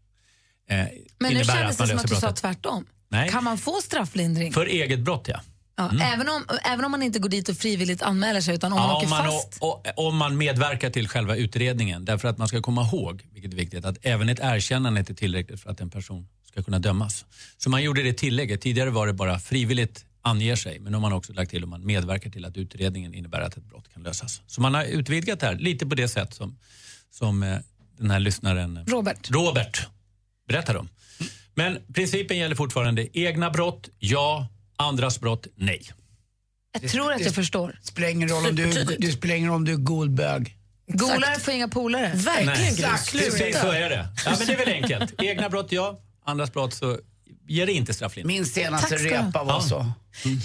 eh, Men nu innebär kändes att det som man löser att du sa brottet. tvärtom. Nej. Kan man få strafflindring? För eget brott, ja. Ja, även, om, även om man inte går dit och frivilligt anmäler sig utan om man Ja, åker om, man, fast? o- o- om man medverkar till själva utredningen. Därför att man ska komma ihåg, vilket är viktigt, att även ett erkännande inte är tillräckligt för att en person ska ska kunna dömas. Så man gjorde det tillägget. Tidigare var det bara frivilligt anger sig, men nu har man också lagt till om man medverkar till att utredningen innebär att ett brott kan lösas. Så man har utvidgat det här lite på det sätt som, som eh, den här lyssnaren eh, Robert. Robert berättar om. Men principen gäller fortfarande. Egna brott, ja. Andras brott, nej. Jag tror att jag förstår. Spelar ingen roll om du, Supertydligt. det spelar ingen roll om du är god bög. Golare får inga polare. Nej. Exakt, precis så är det. Ja, men det är väl enkelt. Egna brott, ja. Andras brott så ger det inte strafflindring. Min senaste Tack ska du ha. repa var Ja. så.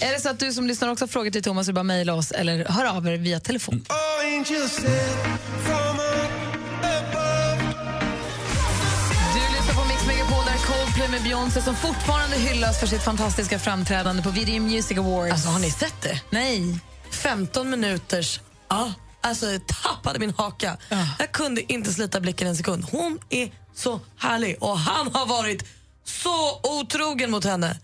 Är det så att du som lyssnar också har frågor till Thomas så är det bara att mejla oss eller hör av er via telefon. Oh, angels said from above. Du lyssnar på Mix Megapol där Coldplay med Beyoncé som fortfarande hyllas för sitt fantastiska framträdande på Video Music Awards. Alltså, har ni sett det? Nej. 15 minuters... Ja, alltså jag tappade min haka. Jag kunde inte slita blicken en sekund. Hon är så härlig och han har varit så otrogen mot henne.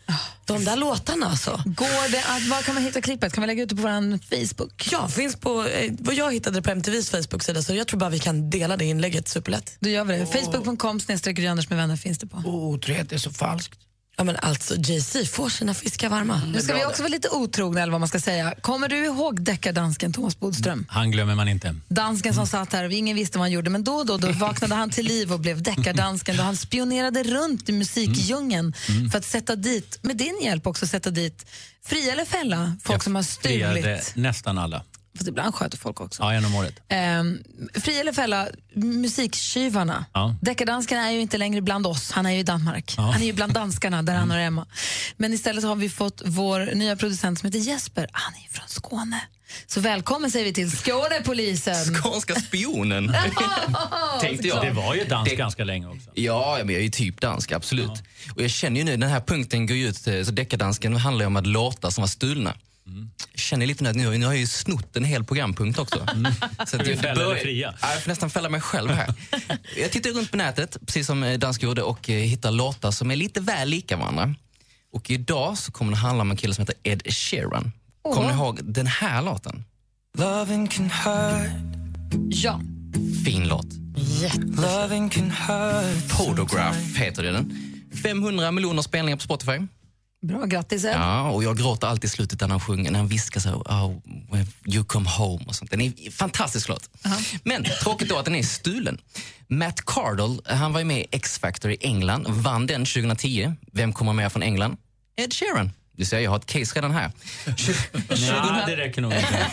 De där låtarna alltså. Går det att, var kan man hitta klippet? Kan vi lägga ut det på vår Facebook? Ja, finns på, eh, vad jag hittade det på MTVs Facebook-sida så jag tror bara vi kan dela det inlägget <laughs> superlätt. Då gör vi det. Facebook.com snedstreck Gry Anders med vänner finns det på. Otrohet är så falskt. Mm. Ja men alltså Jay-Z får sina fiskar varma. Nu ska vi också vara lite otrogna eller vad man ska säga. Kommer du ihåg deckardansken Thomas Bodström? Han glömmer man inte. Dansken som satt här och ingen visste vad han gjorde men då och då, då vaknade han till liv och blev deckardansken då han spionerade runt i musikdjungeln Mm. för att sätta dit, med din hjälp också, sätta dit fria eller fälla folk som har Friade stulit. nästan alla. Fast ibland sköter folk också. Ja, <laughs> genom året. Ehm, fria eller fälla, musiktjuvarna. Ja. Deckardansken är ju inte längre bland oss, han är ju i Danmark. Ja. Mm. Han är ju bland danskarna, där han hör hemma. Men istället har vi fått vår nya producent som heter Jesper, han är ju från Skåne. Så välkommen säger vi till Skånepolisen. Skånska spionen. Tänkte jag. Det var ju dans Det- ganska länge också. Ja, men jag är ju typ dansk, absolut. Och jag känner ju nu, den här punkten går ju ut, eh, så deckardansken handlar ju om att låtar som var stulna. Jag känner lite nu att nu, nu har jag ju snott en hel programpunkt också. Så Mm. Du är fälla eller fria? Ja, jag får nästan fälla mig själv här. jag tittar runt på nätet, precis som eh, dansk gjorde, och eh, hittar låtar som är lite väl lika varandra. Och idag så kommer det handla om en kille som heter Ed Sheeran. Kommer ni ihåg den här låten? Loving can hurt. Ja. Fin låt. Loving can hurt. Photograph heter det den. 500 miljoner spelningar på Spotify. Bra, grattis Ed. Ja, och jag gråter alltid i slutet när han sjunger, när han viskar så här, oh, when you come home och sånt. Den är fantastisk låt. Men tråkigt då att den är stulen. Matt Cardle, han var ju med i X-Factor i England, vann den 2010. Vem kommer med från England? Ed Sheeran. Du ser, jag har ett case redan här. Nej, det räcker nog inte.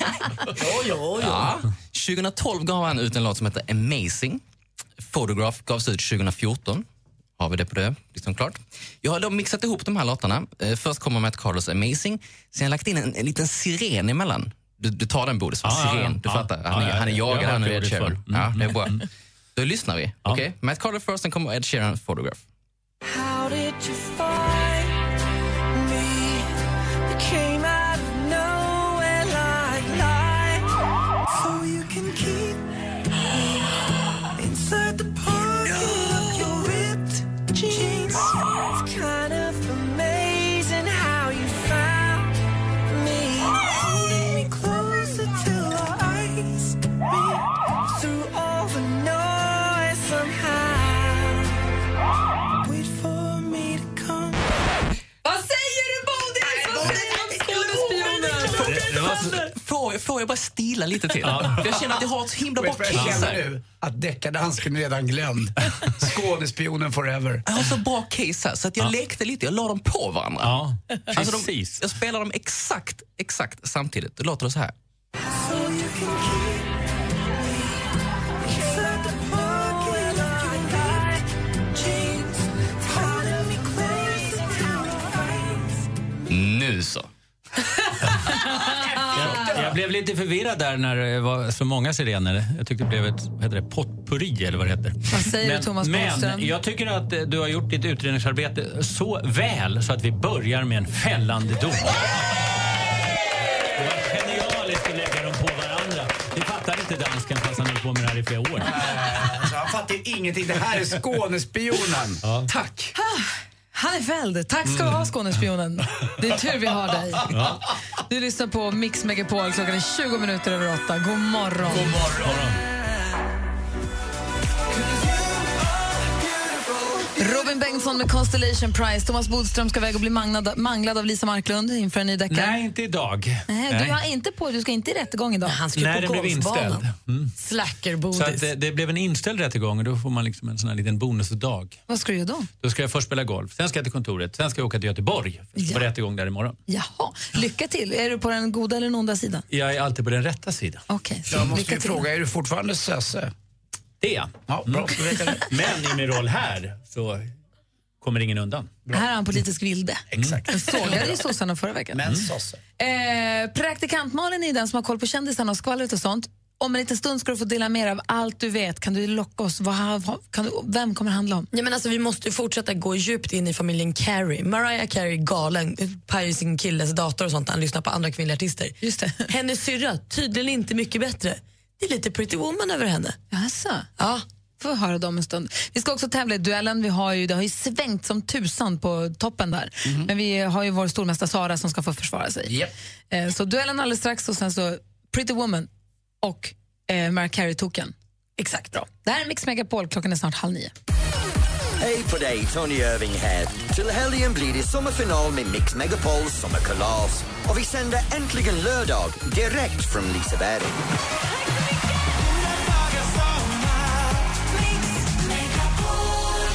Ja. 2012 gav han ut en låt som heter Amazing. Photograph gavs ut 2014. Har vi det på det? Liksom klart. Jag har då mixat ihop de här låtarna. Eh, Först kommer Matt Carlos Amazing. Sen har jag lagt in en, en liten siren emellan. Du, du tar den Bodis, Ja, ja, siren. ja. Du Ja. fattar. Han Ja, är, ja, han är ja. jagad, Jag har han hört är Ed ordet Sheeran. förr. Ja, det är bra. Mm. Då lyssnar vi. Okej? Matt Carlos först, sen kommer Ed Sheeran Photograph. How did you find me? You came out of nowhere like light. So you can keep me inside the pocket of your ripped jeans. It's kind of amazing how you found me. Holding me closer till our eyes meet. Through all the noise somehow. Wait for me to come. Vad säger du Bodil? Vad säger du om Skånespionen? Får, får jag bara stila lite till? Ja. Jag känner att jag har ett så himla bra Vet du vad jag case känner här. nu? Att deckardansken är redan glömd. Skådespionen forever. Jag har så bra case här, så att jag lekte lite. Jag la dem på varandra. Ja, Alltså de, jag spelar dem exakt, exakt samtidigt. Då låter det så här. So you can keep me inside the pocket of your light jeans. Calling me crazy how Nu så. Jag, jag blev lite förvirrad där när det var så många sirener. Jag tyckte det blev ett vad heter det, potpurri eller vad det heter. Vad säger du, Thomas Bodström? Men jag tycker att eh, du har gjort ditt utredningsarbete så väl så att vi börjar med en fällande dom. Det var genialiskt att lägga dem på varandra. Det fattade inte dansken fast han höll på med det här i flera år. Alltså, han fattar ju ingenting. Det här är Skånespionen. Tack. Ah, Han är fälld. Tack ska du Mm. ha, Skånespionen. Det är tur vi har dig. Ja. Du lyssnar på Mix Megapol. Klockan är 20 minuter över åtta. God morgon. God morgon. Robin Bengtsson med Constellation Prize. Thomas Bodström ska väga och bli manglad, manglad av Lisa Marklund inför en ny deckare. Nej, inte idag. Nej, du, har inte på, du ska inte i rättegång idag. Han Nej, den blev inställd. Mm. Så att Slackerbodis. det, det blev en inställd rättegång och då får man liksom en sån här liten bonusdag. Vad ska du göra då? Då ska jag först spela golf, sen ska jag till kontoret, sen ska jag åka till Göteborg Ja. på rättegång där imorgon. Jaha. Lycka till. Är du på den goda eller den onda sidan? Jag är alltid på den rätta sidan. Okej. Jag måste Lycka ju till. fråga, är du fortfarande Sösse? Det är jag. Mm. Ja, bra. <laughs> Men i min roll här så kommer ingen undan. Här är han politisk vilde. Exakt. Jag sågade ju sossarna förra veckan. Men sosse. Eh, praktikant-Malin är den som har koll på kändisarna och skvallret och sånt. Om en liten stund ska du få dela med dig av allt du vet. Kan du locka oss? Vad, har- kan du, vem kommer det handla om? Ja, men alltså, vi måste ju fortsätta gå djupt in i familjen Carey. Mariah Carey är galen, pajar ju sin killes dator och sånt när han lyssnar på andra kvinnliga artister. Just det. <laughs> Hennes syrra, tydligen inte mycket bättre. Det är lite pretty woman över henne. Jaså? Ja. Får vi höra dem en stund. Vi ska också tävla i duellen. Vi har ju, det har ju svängt som tusan på toppen där. Mhm. Men vi har ju vår stormästare Sara som ska få försvara sig. Eh, så duellen alldeles strax och sen så Pretty Woman och eh, Mariah Carey-token. Exakt. Bra. Det här är Mix Megapol, klockan är snart halv nio. Hej på dig, Tony Irving här. Till helgen blir det sommarfinal med Mix Megapols sommarkalas. Och vi sänder äntligen lördag direkt från Liseberg.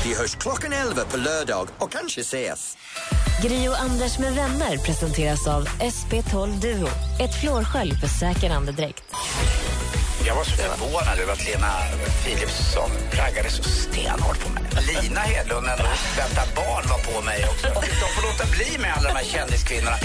Vi hörs klockan 11 på lördag och kanske ses. Gri och Anders med vänner presenteras av SP12 Duo. Ett flårskölj för säker andedräkt. Jag var så förvånad över att Lena Philipsson raggade så stenhårt på mig. Lina Hedlund, en vänta barn, var på mig också. De får låta bli med alla de här kändiskvinnorna.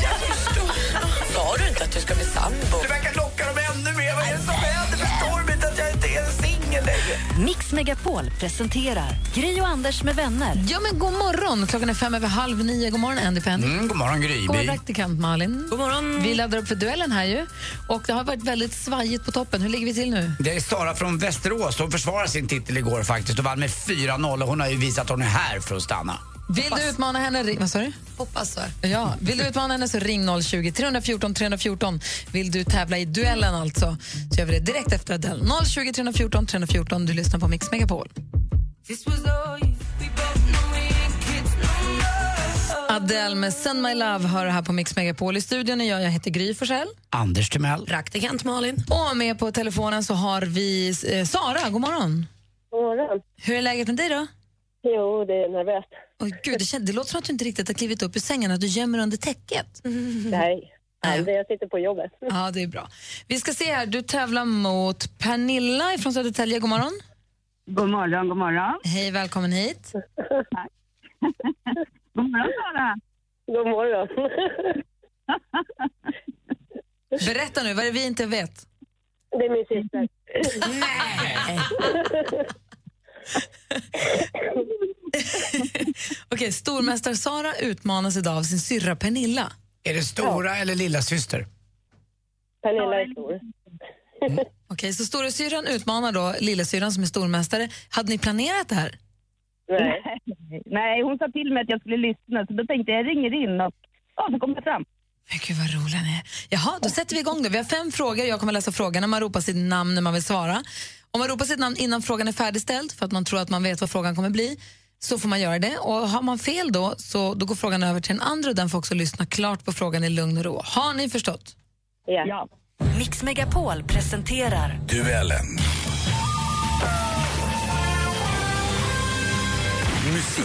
Sa du inte att du ska bli sambo? Du verkar locka dem ännu mer. Vad är det som händer? Förstår de inte att jag inte är en singel längre? Mix Megapol presenterar Gri och Anders med vänner. Ja, men god morgon! Klockan är fem över halv nio. God morgon, Andy Penn. Mm, god morgon, Gry. God morgon, praktikant Malin. God morgon. Vi laddar upp för duellen här ju. Och det har varit väldigt svajigt på toppen. Hur ligger vi till nu? Det är Sara från Västerås. Hon försvarade sin titel igår faktiskt och vann med 4-0. och Hon har ju visat att hon är här för att stanna. Vill du utmana henne... ring- Vad sa du? Hoppas så. Ja, vill du utmana henne så ring 020 314 314. Vill du tävla i duellen alltså så gör vi det direkt efter Adele. 020 314 314. Du lyssnar på Mix Megapol. This was all you- we both knew we ain't kids no more. Adele med Send My Love hör här på Mix Megapol. I studion är jag, jag heter Gry Forssell. Anders Timell. Praktikant Malin. Och med på telefonen så har vi eh, Sara. God morgon. God morgon. Hur är läget med dig då? Jo, det är nervöst. Åh, Gud, det, känns, det låter som att du inte riktigt har klivit upp ur sängen, att du gömmer under täcket. Nej, aldrig. Jag sitter på jobbet. Ja, det är bra. Vi ska se här, du tävlar mot Pernilla från Södertälje. God morgon. God morgon, god morgon. Hej, välkommen <laughs> hit. God morgon, Sara. God morgon. Berätta nu, vad är det vi inte vet? Det är min syster. Nej! <laughs> Okej, stormästare Sara utmanas idag av sin syrra Pernilla. Är det stora eller lilla syster? Pernilla är stor. <laughs> Okej, så storasyrran utmanar då lillasyrran som är stormästare. Hade ni planerat det här? Nej. Nej, hon sa till mig att jag skulle lyssna så då tänkte jag jag ringer in och ja, så kommer jag fram. Men gud vad rolig han är. Jaha, då sätter vi igång då. Vi har fem frågor. Jag kommer läsa frågorna. Man ropar sitt namn när man vill svara. Om man ropar sitt namn innan frågan är färdigställd för att man tror att man vet vad frågan kommer bli så får man göra det. Och har man fel då, så då går frågan över till en andra och den får också lyssna klart på frågan i lugn och ro. Har ni förstått? Ja. Mix Megapol presenterar Duellen. Musik.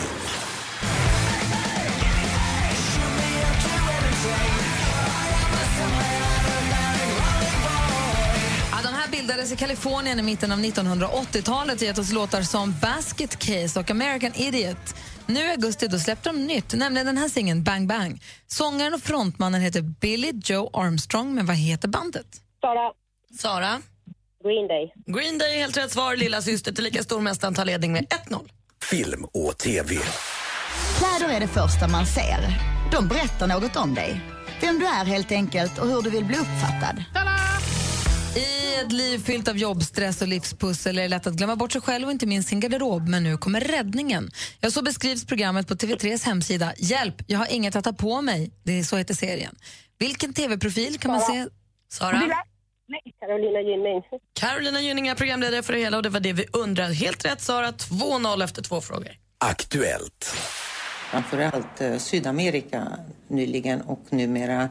Ja, de här bildades i Kalifornien i mitten av 1980-talet och gett oss låtar som Basket Case och American Idiot. Nu i augusti då släppte de nytt, nämligen den här singeln Bang Bang. Sångaren och frontmannen heter Billy Joe Armstrong, men vad heter bandet? Sara. Sara. Green Day. Green Day är helt rätt svar. Lilla syster tillika stormästaren tar ledning med 1-0. Film och TV. Kläder är det första man ser. De berättar något om dig. Vem du är helt enkelt och hur du vill bli uppfattad. I ett liv fyllt av jobbstress och livspussel är det lätt att glömma bort sig själv och inte minst sin garderob, men nu kommer räddningen. Ja, så beskrivs programmet på TV3s hemsida. Hjälp, jag har inget att ta på mig. Det är så heter serien. Vilken TV-profil kan man se? Sara. Carolina Gynning. Carolina Gynning är programledare för det hela och det var det vi undrade. Helt rätt Sara, 2-0 efter två frågor. Aktuellt. Framförallt eh, Sydamerika nyligen och numera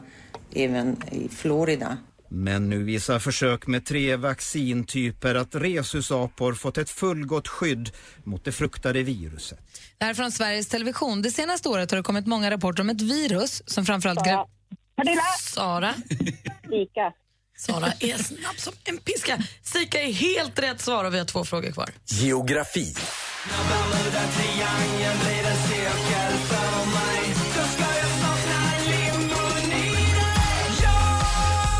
även i Florida. Men nu visar försök med tre vaccintyper att rhesusapor fått ett fullgott skydd mot det fruktade viruset. Det här är från Sveriges Television. Det senaste året har det kommit många rapporter om ett virus som framförallt... Sara. Sara. <laughs> Lika. Sara är snabb som en piska. Sika är helt rätt svar och vi har två frågor kvar. Geografi.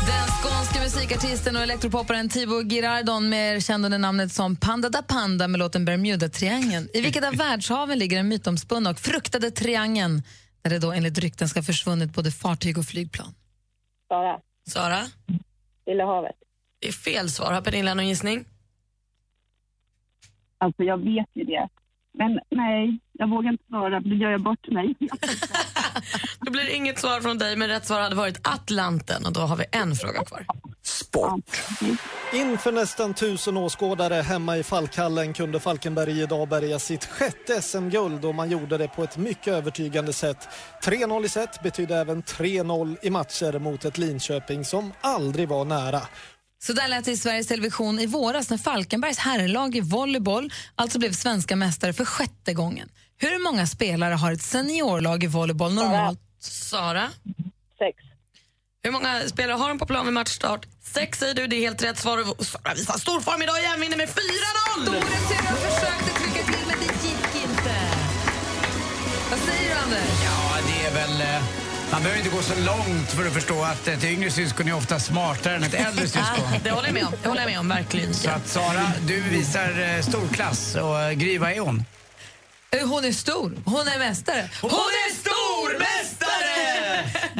Den skånska musikartisten och elektropopparen Tibo Girardon mer känd under namnet som Panda da Panda med låten Bermuda-triangeln. I vilket av världshaven ligger den mytomspunna och fruktade triangeln där det då enligt rykten ska ha försvunnit både fartyg och flygplan? Sara. Sara? Lilla havet. Det är fel svar. Har Pernilla någon gissning? Alltså jag vet ju det. Men nej, jag vågar inte svara för då gör jag bort mig. Då blir det inget svar från dig, men rätt svar hade varit Atlanten och då har vi en fråga kvar. Inför nästan tusen åskådare hemma i Falkhallen kunde Falkenberg idag bärga sitt sjätte SM-guld och man gjorde det på ett mycket övertygande sätt. 3-0 i set betydde även 3-0 i matcher mot ett Linköping som aldrig var nära. Så där lät det i Sveriges Television i våras när Falkenbergs herrlag i volleyboll alltså blev svenska mästare för sjätte gången. Hur många spelare har ett seniorlag i volleyboll normalt? Sara? Sex. Hur många spelare har de på plan vid matchstart? Sex säger du, det är helt rätt svar. Och Sara visar stor form idag igen, vinner med 4-0! Vad säger du, Anders? Ja, det är väl... eh, Man behöver inte gå så långt för att förstå att ett yngre syskon är ofta smartare än ett äldre syskon. <laughs> Ja, det håller jag med om. Det håller jag med om, verkligen. Så att Sara, du visar eh, stor klass och eh, Gry, vad är hon? Eh, Hon är stor. Hon är mästare. Hon är stormästare!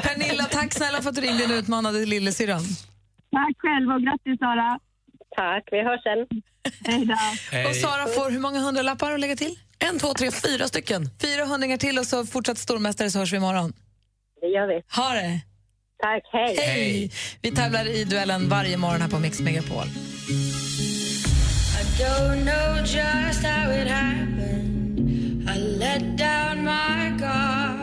Pernilla, tack snälla för att du ringde och utmanade lillasyrran. Tack själv och grattis Sara. Tack, vi hörs sen. Hej då. Och Sara får hur många hundralappar att lägga till? En, två, tre, fyra stycken. Fyra hundringar till och så fortsatt stormästare så hörs vi imorgon. Det gör vi. Ha det! Tack, hej. Hej! Vi tävlar i duellen varje morgon här på Mix Megapol. I don't know just how it happened. I let down my guard.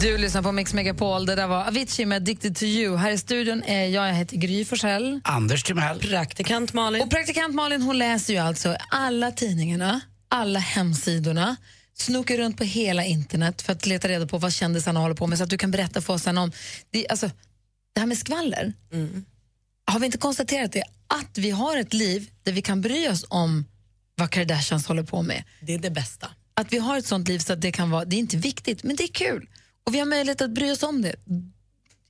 Du lyssnar på Mix Megapol. Det där var Avicii med Addicted to you. Här i studion är jag, jag heter Gry Forssell. Anders Timell. Praktikant Malin. Och praktikant Malin hon läser ju alltså alla tidningarna, alla hemsidorna, snokar runt på hela internet för att leta reda på vad kändisarna håller på med så att du kan berätta för oss sen om... Det, alltså, det här med skvaller, Mm. har vi inte konstaterat det? Att vi har ett liv där vi kan bry oss om vad Kardashians håller på med. Det är det bästa. Att vi har ett sånt liv så att det kan vara, det är inte viktigt, men det är kul. Och vi har möjlighet att bry oss om det.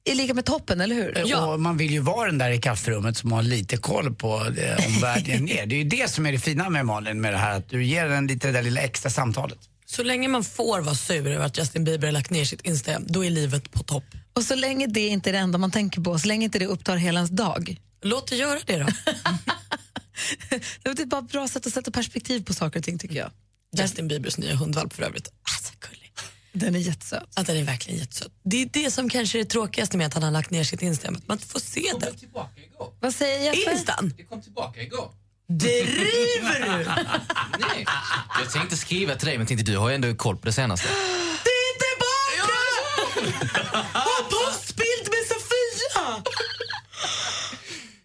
Är lika med toppen, eller hur? Eh, Och man vill ju vara den där i kafferummet som har lite koll på det omvärlden ger. Det är ju det som är det fina med Malin, med det här att du ger den lite det där lilla extra samtalet. Så länge man får vara sur över att Justin Bieber har lagt ner sitt Instagram, då är livet på topp. Och så länge det inte är det enda man tänker på, så länge inte det upptar hela ens dag. Låt det göra det då. <laughs> det är bara ett bra sätt att sätta perspektiv på saker och ting tycker jag. Justin Biebers nya hundvalp för övrigt. Alltså, gullig. Den är jättesöt. Ja, den är verkligen jättesöt. Det är det som kanske är det tråkigaste med att han har lagt ner sitt Instagram, att man inte får se den. Vad säger Jesper? Instan? kom tillbaka igår. Driver du? <laughs> Nej. Jag tänkte skriva till dig, men tänkte du har ju ändå koll på det senaste. Det är tillbaka! Och postbild med Sofia!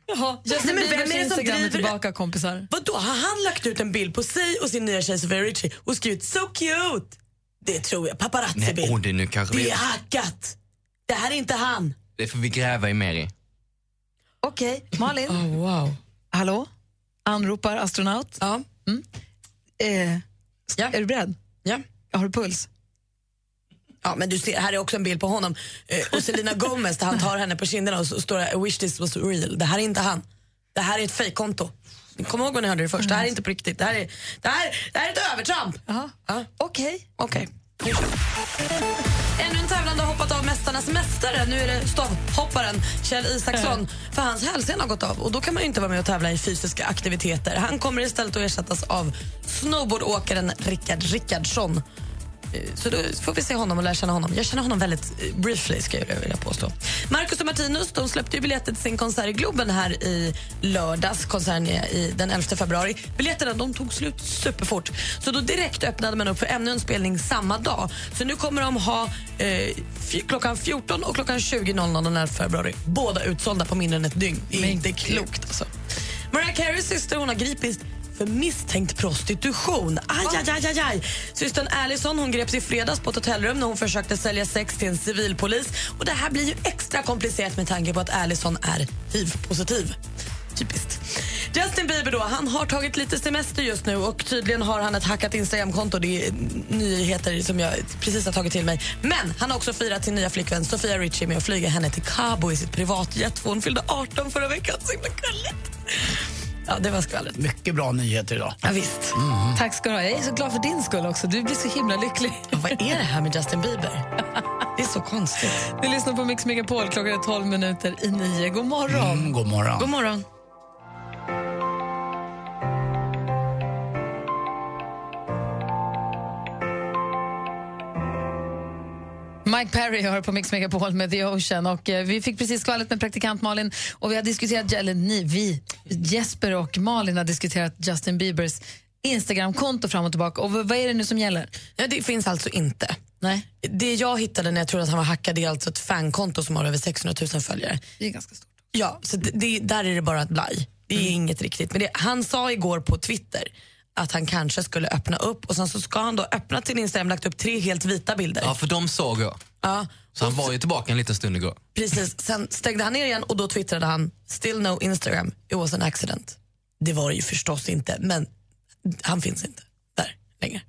Jaha, Justin Nej, men Biebers vem är det som Instagram är driver tillbaka, kompisar. Vadå, har han lagt ut en bild på sig och sin nya tjej Sofia Richie och skrivit so cute? Det tror jag. Nej, Paparazzi-bild. oh, det, nu kanske Alltså, Det vi, är hackat! Det här är inte han. det får vi gräva i mer i. Okej, Malin. Oh, wow. Hallå? Anropar astronaut. Ja. Mm. Eh, ja. Är du beredd? Ja. Jag har puls. Ja, men du ser, här är också en bild på honom. Eh, och Selena Gomez, där han tar henne på kinderna och så står det I wish this was real. Det här är inte han. Det här är ett fejkkonto. Kom ihåg när ni hörde det först. Det här är inte på riktigt. Det här är, det här, det här är ett övertramp. Ja. Okej. Okej. Ännu en tävlande har hoppat av Mästarnas mästare. Nu är det stavhopparen Kjell Eh, Isaksson. För hans hälsena har gått av och då kan man ju inte vara med och tävla i fysiska aktiviteter. Han kommer istället att ersättas av snowboardåkaren Rickard Rickardsson. Eh, Så då får vi se honom och lära känna honom. Jag känner honom väldigt eh, briefly, ska jag vilja påstå. Marcus och Martinus de släppte ju biljetter till sin konsert i Globen här i lördags. Konserten är i den 11 februari. Biljetterna de tog slut superfort, så då direkt öppnade man upp för ännu en spelning samma dag. Så nu kommer de ha eh, fj- klockan 14 och klockan 20.00 den 11 februari. Båda utsålda på mindre än ett dygn. Det är inte klokt alltså. Mariah Careys syster hon har gripits för misstänkt prostitution. Aj, aj, aj, aj, aj. Systern Allison hon greps i fredags på ett hotellrum när hon försökte sälja sex till en civilpolis. Och Det här blir ju extra komplicerat med tanke på att Allison är hiv-positiv. Typiskt. Justin Bieber då, han har tagit lite semester just nu och tydligen har han ett hackat Instagramkonto. Det är nyheter som jag precis har tagit till mig. Men han har också firat sin nya flickvän Sofia Richie med att flyga henne till Cabo i sitt privatjet. Hon fyllde 18 förra veckan. Så himla gulligt. Ja, det var skvallret. Mycket bra nyheter idag. Mm. Ja, visst. Tack ska du ha. Jag är så glad för din skull också. Du blir så himla lycklig. Vad är det här med Justin Bieber? Det är så konstigt. Du lyssnar på Mix Megapol. Klockan är 12 minuter i nio. God morgon. Mm, god morgon. God morgon. Mike Perry hör på Mix Megapol med The Ocean. Och eh, vi fick precis skvallret med praktikant Malin och vi har diskuterat, eller ni, vi, Jesper och Malin har diskuterat Justin Biebers Instagramkonto fram och tillbaka. Och v- vad är det nu som gäller? Ja, det finns alltså inte. Nej. Det jag hittade när jag trodde att han var hackad är alltså ett fankonto som har över 600 000 följare. Det är ganska stort. Mm. Ja, så det, det, där är det bara ett blaj. Det är inget riktigt. Men det, han sa igår på Twitter att han kanske skulle öppna upp och sen så ska han då öppna till Instagram lagt upp tre helt vita bilder. Ja, för de såg jag. Ja, Så han var ju tillbaka en liten stund igår. precis. Sen stängde han ner igen och då twittrade han “Still no Instagram, it was an accident”. Det var det ju förstås inte, men han finns inte där längre.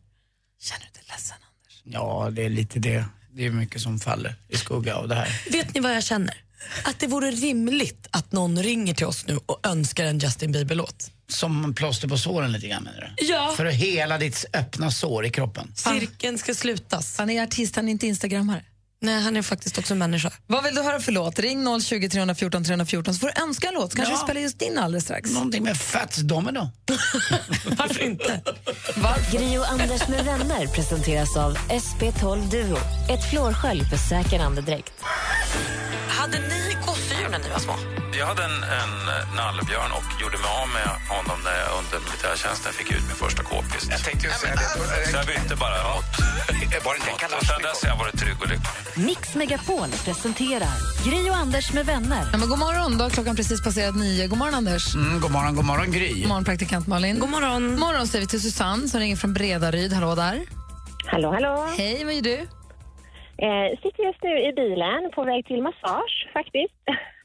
Känner du dig ledsen? Ja, det är lite det. Det är mycket som faller i skugga av det här. Vet ni vad jag känner? Att det vore rimligt att någon ringer till oss nu och önskar en Justin Bieber-låt. Som plåster på såren lite grann menar du? Ja. För att hela ditt öppna sår i kroppen. Cirkeln ska slutas. Han är artist, han är inte instagrammare. Nej, han är faktiskt också människa. Vad vill du höra för låt? Ring 020 314 314 så får du önska en låt. Så kanske vi spelar just din alldeles strax. Någonting med Fats Domino. Varför inte? Gri och Anders med vänner presenteras av SP12 Duo. Ett flårskölj för säker andedräkt. Hade ni gosedjur när ni var små? Jag hade en, en eh, nallebjörn och gjorde mig av med honom när jag under militärtjänsten fick ut min första k-pist. Jag tänkte ju säga det. Så jag bytte bara mot Var det inte Och sen dess har jag varit trygg och lycklig. Mix Megapol presenterar Gri och Anders med vänner. Ja, men god morgon, då har klockan precis passerat nio. God morgon Anders. Mm, god morgon, god morgon Gry. God morgon praktikant Malin. God morgon. morgon säger vi till Susanne som ringer från Bredaryd. Hallå där. Hallå, hallå. Hej, vad gör du? Eh, sitter just nu i bilen på väg till massage faktiskt.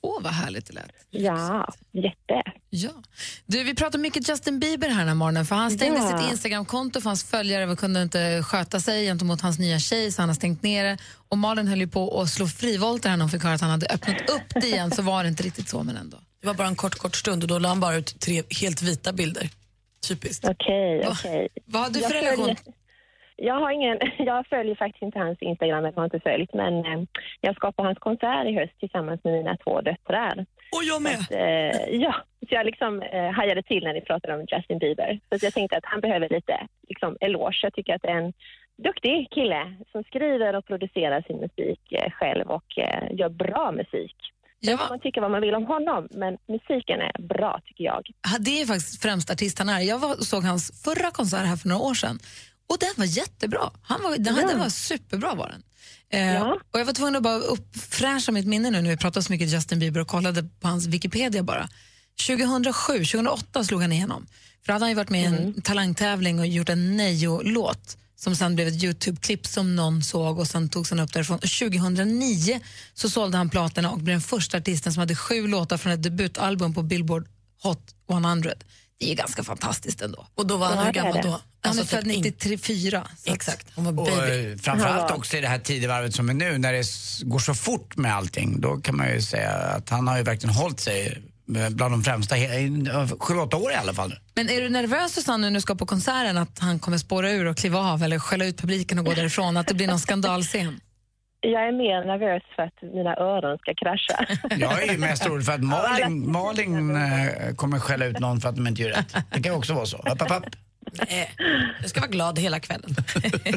Åh, vad härligt det lät. Ja, jätte. Ja. Du, vi pratar mycket Justin Bieber här den här morgonen. För han stängde Ja. sitt Instagramkonto för hans följare kunde inte sköta sig gentemot hans nya tjej så han har stängt ner det. Och Malin höll ju på att slå frivolter här när hon fick höra att han hade öppnat upp det igen så var det inte riktigt så men ändå. Det var bara en kort, kort stund och då la han bara ut tre helt vita bilder. Typiskt. Okej, Va- okej. Vad har du Jag för relation? följer- Jag har ingen, <laughs> jag följer faktiskt inte hans Instagram, jag har inte följt, men eh, jag ska på hans konsert i höst tillsammans med mina två döttrar. Och jag med! Att, eh, <laughs> ja, så jag liksom eh, hajade till när ni pratade om Justin Bieber. Så att jag tänkte att han behöver lite liksom, eloge. Jag tycker att det är en duktig kille som skriver och producerar sin musik eh, själv och eh, gör bra musik. Sen kan Man tycker vad man vill om honom, men musiken är bra tycker jag. Ja, Det är faktiskt främst artist han är. Jag var, såg hans förra konsert här för några år sedan och den var jättebra. Han var, den, Ja. den var superbra var den. Eh, och jag var tvungen att bara uppfräscha mitt minne nu när vi pratade så mycket Justin Bieber och kollade på hans Wikipedia bara. 2007, 2008 slog han igenom. För då hade han ju varit med i Mm. en talangtävling och gjort en Neo-låt som sen blev ett Youtube-klipp som någon såg och sen togs han upp därifrån. Och 2009 så sålde han platina och blev den första artisten som hade sju låtar från ett debutalbum på Billboard Hot 100. Det är ju ganska fantastiskt ändå. Och då var han Ja, hur det är gammal det. då? Alltså, typ Han är född 94. Exakt. Han var Och eh, framförallt också i det här tidevarvet som är nu när det s- går så fort med allting. Då kan man ju säga att han har ju verkligen hållit sig eh, bland de främsta, he- i, eh, sju, åtta år i alla fall. Men är du nervös Susanne nu när du ska på konserten att han kommer spåra ur och kliva av eller skälla ut publiken och gå därifrån? Att det blir någon skandalscen? Jag är mer nervös för att mina öron ska krascha. <laughs> Jag är ju mest orolig för att Malin, Malin eh, kommer skälla ut någon för att de inte gör rätt. Det kan ju också vara så. Upp, upp, upp. Nej, jag ska vara glad hela kvällen.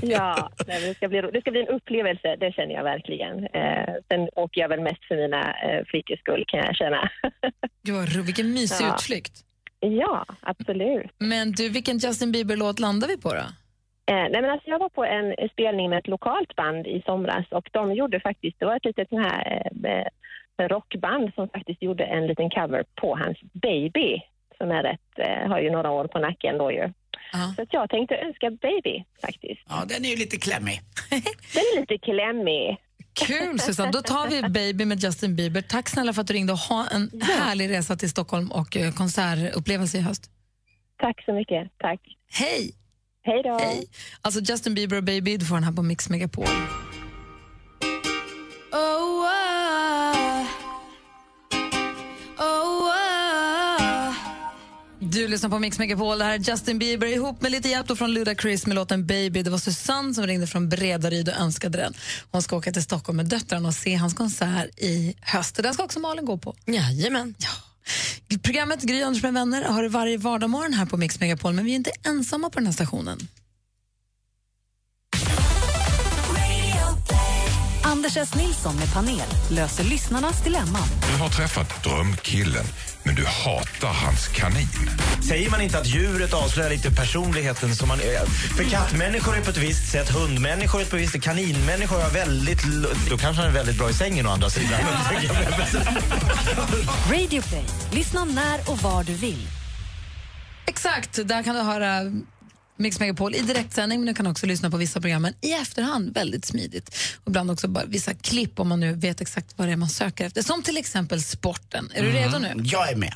Ja, nej, men det, ska bli, ro- det ska bli en upplevelse, det känner jag verkligen. Eh, sen åker jag väl mest för mina eh, flickors skull kan jag känna. <laughs> Gud, vad ro- vilken mysig Ja. utflykt. Ja, absolut. Men du, vilken Justin Bieber-låt landar vi på då? Eh, nej men alltså jag var på en spelning med ett lokalt band i somras och de gjorde faktiskt, det var ett litet sån här eh, eh, rockband som faktiskt gjorde en liten cover på hans Baby som är rätt, eh, har ju några år på nacken då ju. Så att jag tänkte önska Baby faktiskt. Ja, den är ju lite klämmig. Den är lite klämmig. Kul Susanne, då tar vi Baby med Justin Bieber. Tack snälla för att du ringde och ha en härlig resa till Stockholm och eh, konsertupplevelse i höst. Tack så mycket, tack. Hej! Hej då! Alltså Justin Bieber och Baby, du får den här på Mix Megapol. Oh, ah. Oh, ah. Du lyssnar på Mix Megapol, det här är Justin Bieber ihop med lite hjälp då från Ludacris med låten Baby. Det var Susanne som ringde från Bredaryd och önskade den. Hon ska åka till Stockholm med döttrarna och se hans konsert i höst. Den ska också Malin gå på. Jajamän. Ja. Programmet Gry Anders med vänner har det varje vardagsmorgon här på Mix Megapol men vi är inte ensamma på den här stationen. Anders S. Nilsson med panel löser lyssnarnas dilemman. Du har träffat drömkillen, men du hatar hans kanin. Säger man inte att djuret avslöjar lite personligheten som man är? För kattmänniskor är på ett visst sätt, hundmänniskor är på ett visst sätt, kaninmänniskor är väldigt... l- Då kanske han är väldigt bra i sängen å andra sidan. Radio Play. Lyssna när och var du vill. Exakt, där kan du höra Mix Megapol i direktsändning men du kan också lyssna på vissa programmen i efterhand väldigt smidigt. Och ibland också bara vissa klipp om man nu vet exakt vad det är man söker efter. Som till exempel sporten. Är Mm. du redo nu? Jag är med.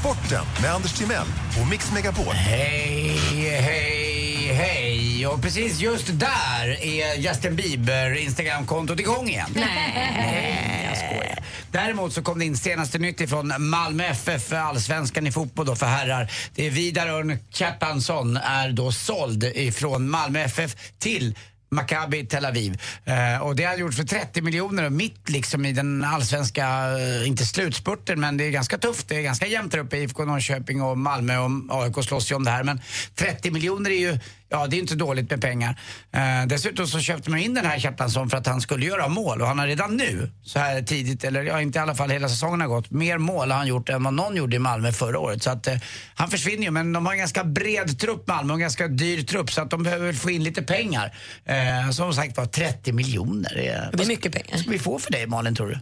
Sporten med Anders Timell och Mix Megapol. Hej, hej, hej. Och precis just där är Justin Bieber Instagramkontot igång igen. Nej, jag skojar. Däremot så kom det in senaste nytt ifrån Malmö FF, för allsvenskan i fotboll då för herrar. Det är Vidar Örn Kjartansson är då såld ifrån Malmö FF till Maccabi Tel Aviv. Eh, och det har gjort för 30 miljoner och mitt liksom i den allsvenska, eh, inte slutspurten, men det är ganska tufft. Det är ganska jämnt där uppe. IFK Norrköping och Malmö och AIK slåss ju om det här. Men 30 miljoner är ju, ja det är inte dåligt med pengar. Eh, dessutom så köpte man in den här Kjartansson för att han skulle göra mål och han har redan nu, så här tidigt, eller ja inte i alla fall hela säsongen har gått, mer mål har han gjort än vad någon gjorde i Malmö förra året. Så att eh, han försvinner ju, men de har en ganska bred trupp Malmö och en ganska dyr trupp så att de behöver väl få in lite pengar. Eh, som sagt var 30 miljoner. Det är mycket pengar. Ska vi få för dig Malin tror du?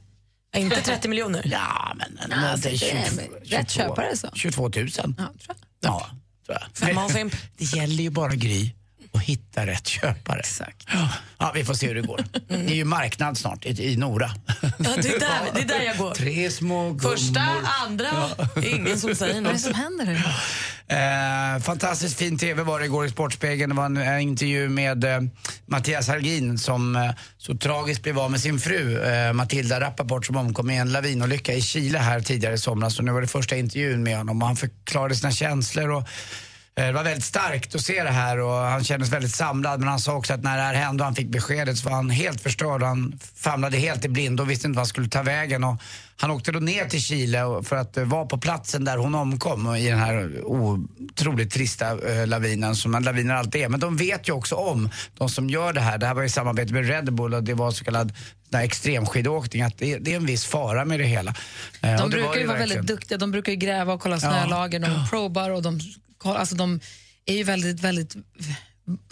Ja, Inte 30 miljoner. Ja, men, Ja, alltså, det är rätt köpare, alltså. så. 22 000. Ja, tror jag. Ja, tror jag. Femma och fimp. Det gäller ju bara Gry att hitta rätt köpare. Exakt. Ja, vi får se hur det går. Det är ju marknad snart i, i Nora. det, är <laughs> där, det är där jag går. Tre små gummor. Första, andra, det är ingen som säger något. Vad är det som händer? nu? Eh, fantastiskt fin TV var det igår i Sportspegeln. Det var en eh, intervju med eh, Mattias Hargin som eh, så tragiskt blev av med sin fru eh, Matilda Rappaport som omkom i en lavinolycka i Chile här tidigare i somras. Och nu var det första intervjun med honom och han förklarade sina känslor. Och eh, det var väldigt starkt att se det här och han kändes väldigt samlad men han sa också att när det här hände och han fick beskedet så var han helt förstörd. Han famlade helt i blindo och visste inte vad han skulle ta vägen. Och han åkte då ner till Chile och- för att eh, vara på platsen där hon omkom och i den här otroligt trista eh, lavinen som en laviner alltid är. Men de vet ju också om, de som gör det här, det här var i samarbete med Red Bull och det var så kallad den här extremskidåkning, att det, det är en viss fara med det hela. Eh, och det De var brukar ju vara verkligen. väldigt duktiga. De brukar ju gräva och kolla Ja. snölager. De probar och de, koll- alltså de är ju väldigt, väldigt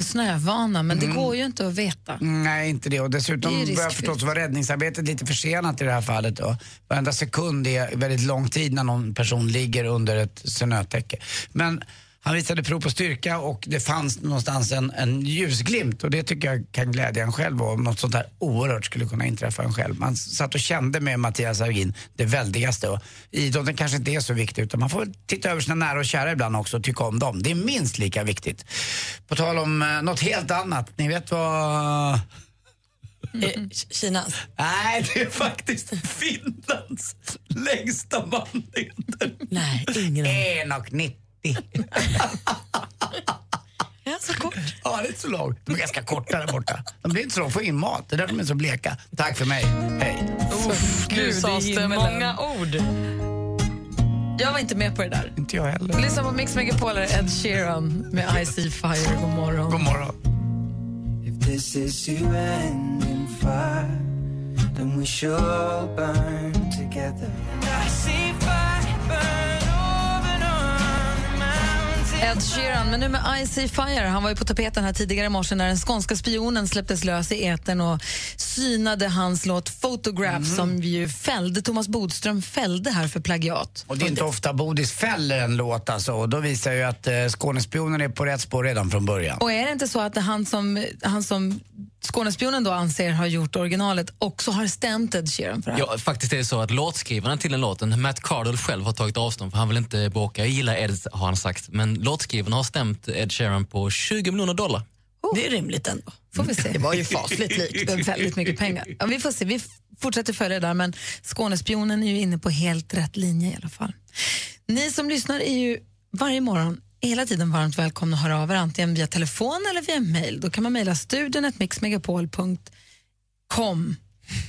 snövana. Men det Mm. går ju inte att veta. Nej, inte det. Och Det är dessutom, riskfyllt. vad jag förstått, så var räddningsarbetet lite försenat i det här fallet. Då. Varenda sekund är väldigt lång tid när någon person ligger under ett snötäcke. Men han visade prov på styrka och det fanns någonstans en, en ljusglimt och det tycker jag kan glädja en själv om något sånt här oerhört skulle kunna inträffa en själv. Man satt och kände med Mattias Hargin det väldigaste. Och idrotten kanske inte är så viktig utan man får väl titta över sina nära och kära ibland också och tycka om dem. Det är minst lika viktigt. På tal om eh, något helt annat, ni vet vad Eh, Kinas? Nej, det är faktiskt Finlands längsta mandeln. Nej, ingen 1,90. alltså så kort. Ja, det är inte så lång. De är ganska korta där borta. De blir inte så långa, får in mat. Det är därför de är så bleka. Tack för mig. Hej. Gud, sades det många ord. Jag var inte med på det där. Inte jag heller. Lyssna på Mix Megapol här, Ed Sheeran med I See Fire. God morgon. God morgon. If this is you ending fire, then we shall burn together. I see fire burn over and on the mountain. Ed Sheeran, men nu med I See Fire. Han var ju på tapeten här tidigare i morse när den skånska spionen släpptes lös i etern och synade hans låt Photograph Mm. som ju fällde, Thomas Bodström fällde här för plagiat. Och det är inte ofta Bodis fäller en låt alltså. Och då visar ju att eh, Skånespionen är på rätt spår redan från början. Och är det inte så att det han som, han som Skånespionen då anser har gjort originalet också har stämt Ed Sheeran för det här? Ja, faktiskt är det så att låtskrivaren till den låten, Matt Cardle själv har tagit avstånd för han vill inte bråka. Jag gillar Ed, har han sagt. Men låtskrivaren har stämt Ed Sheeran på 20 miljoner dollar. Det är rimligt ändå. Får vi se. Det var ju <laughs> fasligt likt. Det är väldigt mycket pengar. Ja, vi får se. Vi f- fortsätter följa det där, men Skånespionen är ju inne på helt rätt linje i alla fall. Ni som lyssnar är ju varje morgon hela tiden varmt välkomna att höra av er antingen via telefon eller via mail. Då kan man mejla studion mixmegapol.com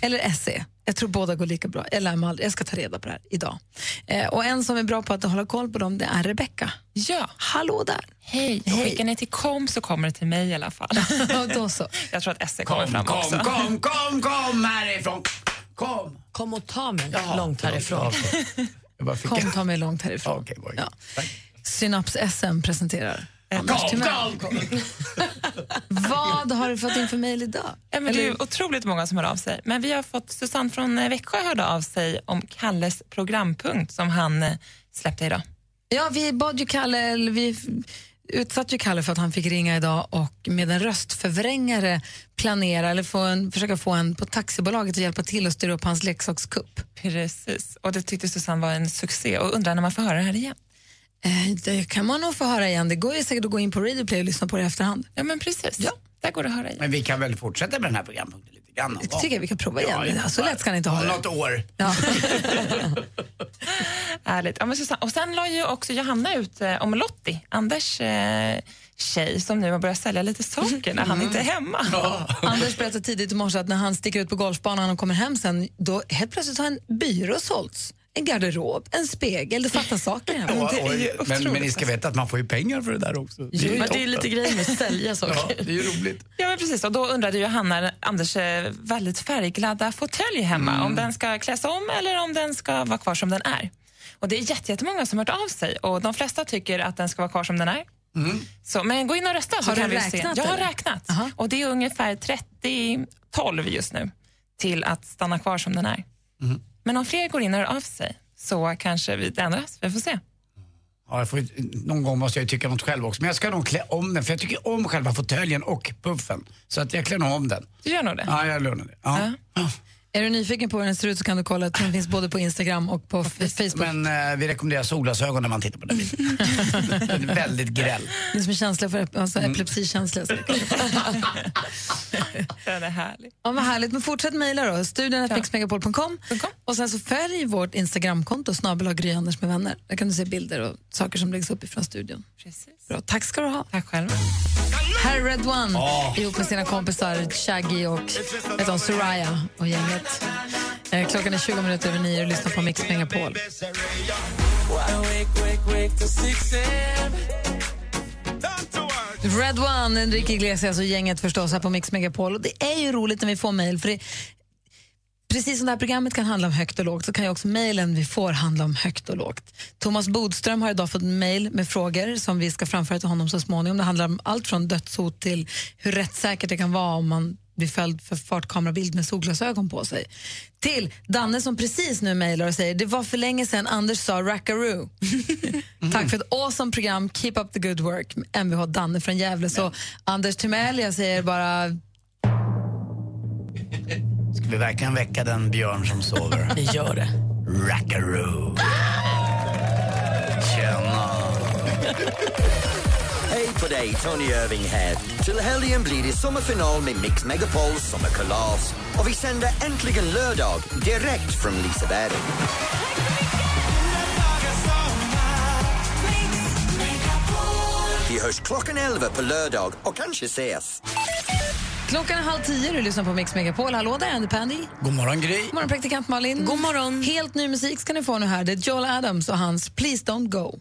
eller se. Jag tror båda går lika bra. Jag lär mig aldrig. Jag ska ta reda på det här idag. Eh, och en som är bra på att hålla koll på dem, det är Rebecca. Ja. Hallå där. Hej, Hej. skickar ni till kom så kommer det till mig i alla fall. <laughs> då så. Jag tror att SE kommer fram också. <laughs> kom, kom härifrån! Kom! Kom och ta mig långt härifrån. Kom, ta mig långt härifrån. ja. Synaps-SM presenterar Anders kom, Timell. Eh, Vad har du fått in för mejl idag? Ja, men det är ju otroligt många som hör av sig. Men vi har fått Susanne från eh, Växjö hörde av sig om Kalles programpunkt som han eh, släppte idag. Ja, vi bad ju Kalle, eller vi f- utsatte ju Kalle för att han fick ringa idag och med en röstförvrängare planera eller få en, försöka få en på taxibolaget att hjälpa till att styra upp hans leksakskupp. Precis, och det tyckte Susanne var en succé och undrar när man får höra det här igen. Eh, Det kan man nog få höra igen. Det går ju säkert att gå in på Radio Play och lyssna på det i efterhand. Ja, men precis. Där går det att höra igen. Men vi kan väl fortsätta med den här programpunkten lite grann? någon Jag tycker gång? jag vi kan prova igen. Ja, ja. så lätt ska han inte ha det. Något år. Härligt. Ja, men Susanne. Och sen la ju också Johanna ut eh, om Lottie, Anders eh, tjej som nu har börjat sälja lite saker när han inte är hemma. <laughs> Anders berättade tidigt i morse att när han sticker ut på golfbanan och kommer hem sen, då helt plötsligt har en byrå sålts. En garderob, en spegel, det fattas saker hemma. <laughs> Ja, oj. men, men ni ska veta att man får ju pengar för det där också. Jo, men det är toppen. lite grejer med att sälja saker. <laughs> Ja, det är ju <laughs> roligt. Ja, men precis. Och då undrade ju Hanna, Anders eh, väldigt färgglada fåtölj hemma, Mm. om den ska kläs om eller om den ska vara kvar som den är. Och det är jätte- jättemånga som har hört av sig och de flesta tycker att den ska vara kvar som den är. Så, men gå in och rösta. Mm. så Har du kan vi räknat, Se. Jag har eller? räknat. Och det är ungefär 30-12 just nu till att stanna kvar som den är. Mm. Men om fler går in och hör av sig så kanske vi det ändras. Vi får <laughs> se. Ja, jag får, ju- någon gång måste jag ju tycka något själv också. Men jag ska nog klä om den, för jag tycker om själva fåtöljen och puffen. Så att jag klär nog om den. Du gör nog det? Ja, jag lånar det. Ja. Är du nyfiken på hur den ser ut så kan du kolla att den finns både på Instagram och på f- Facebook. Men eh, vi rekommenderar solglasögon när man tittar på den. <laughs> den är väldigt gräll. Ni som är känsliga för ep- Mm. alltså, epilepsikänsliga. så- Den är härlig. Ja, vad härligt. Men fortsätt mejla då. Studion mixmegapol.com. Och sen så följ vårt Instagramkonto, snabel Gry Anders med vänner. Där kan du se bilder och saker som läggs upp ifrån studion. Precis. Bra. Tack ska du ha. Tack själv. Här är Red One Ja. ihop med sina kompisar Shaggy och vet de, Soraya och gänget. Eh, Klockan är 20 minuter över nio och lyssnar på Mix Megapol. Red One, Enrique Iglesias och gänget förstås här på Mix Megapol. Och det är ju roligt när vi får mejl för det, precis som det här programmet kan handla om högt och lågt så kan ju också mejlen vi får handla om högt och lågt. Thomas Bodström har idag fått mejl med frågor som vi ska framföra till honom så småningom. Det handlar om allt från dödshot till hur rättssäkert det kan vara om man blir följd för fartkamerabild med solglasögon på sig. Till Danne som precis nu mejlar och säger det var för länge sedan Anders sa rackaroo. Tack för ett awesome program. Keep up the good work. Mvh Danne från Gävle. Så Anders Timell, jag säger bara Ska vi verkligen väcka den björn som sover? Vi gör det. Rackaroo. Tjena. Hej på dig, Tony Irving här. Till helgen blir det sommarfinal med Mix Megapols sommarkalas. Och vi sänder äntligen lördag direkt från Liseberg. Vi hörs Anders klockan 11 på lördag och kanske ses. Klockan är halv tio, du lyssnar på Mix Megapol. Hallå där, Andy Pandy. God morgon Gry. God morgon, praktikant Malin. God morgon. Helt ny musik ska ni få nu här. Det är Joel Adams och hans Please Don't Go.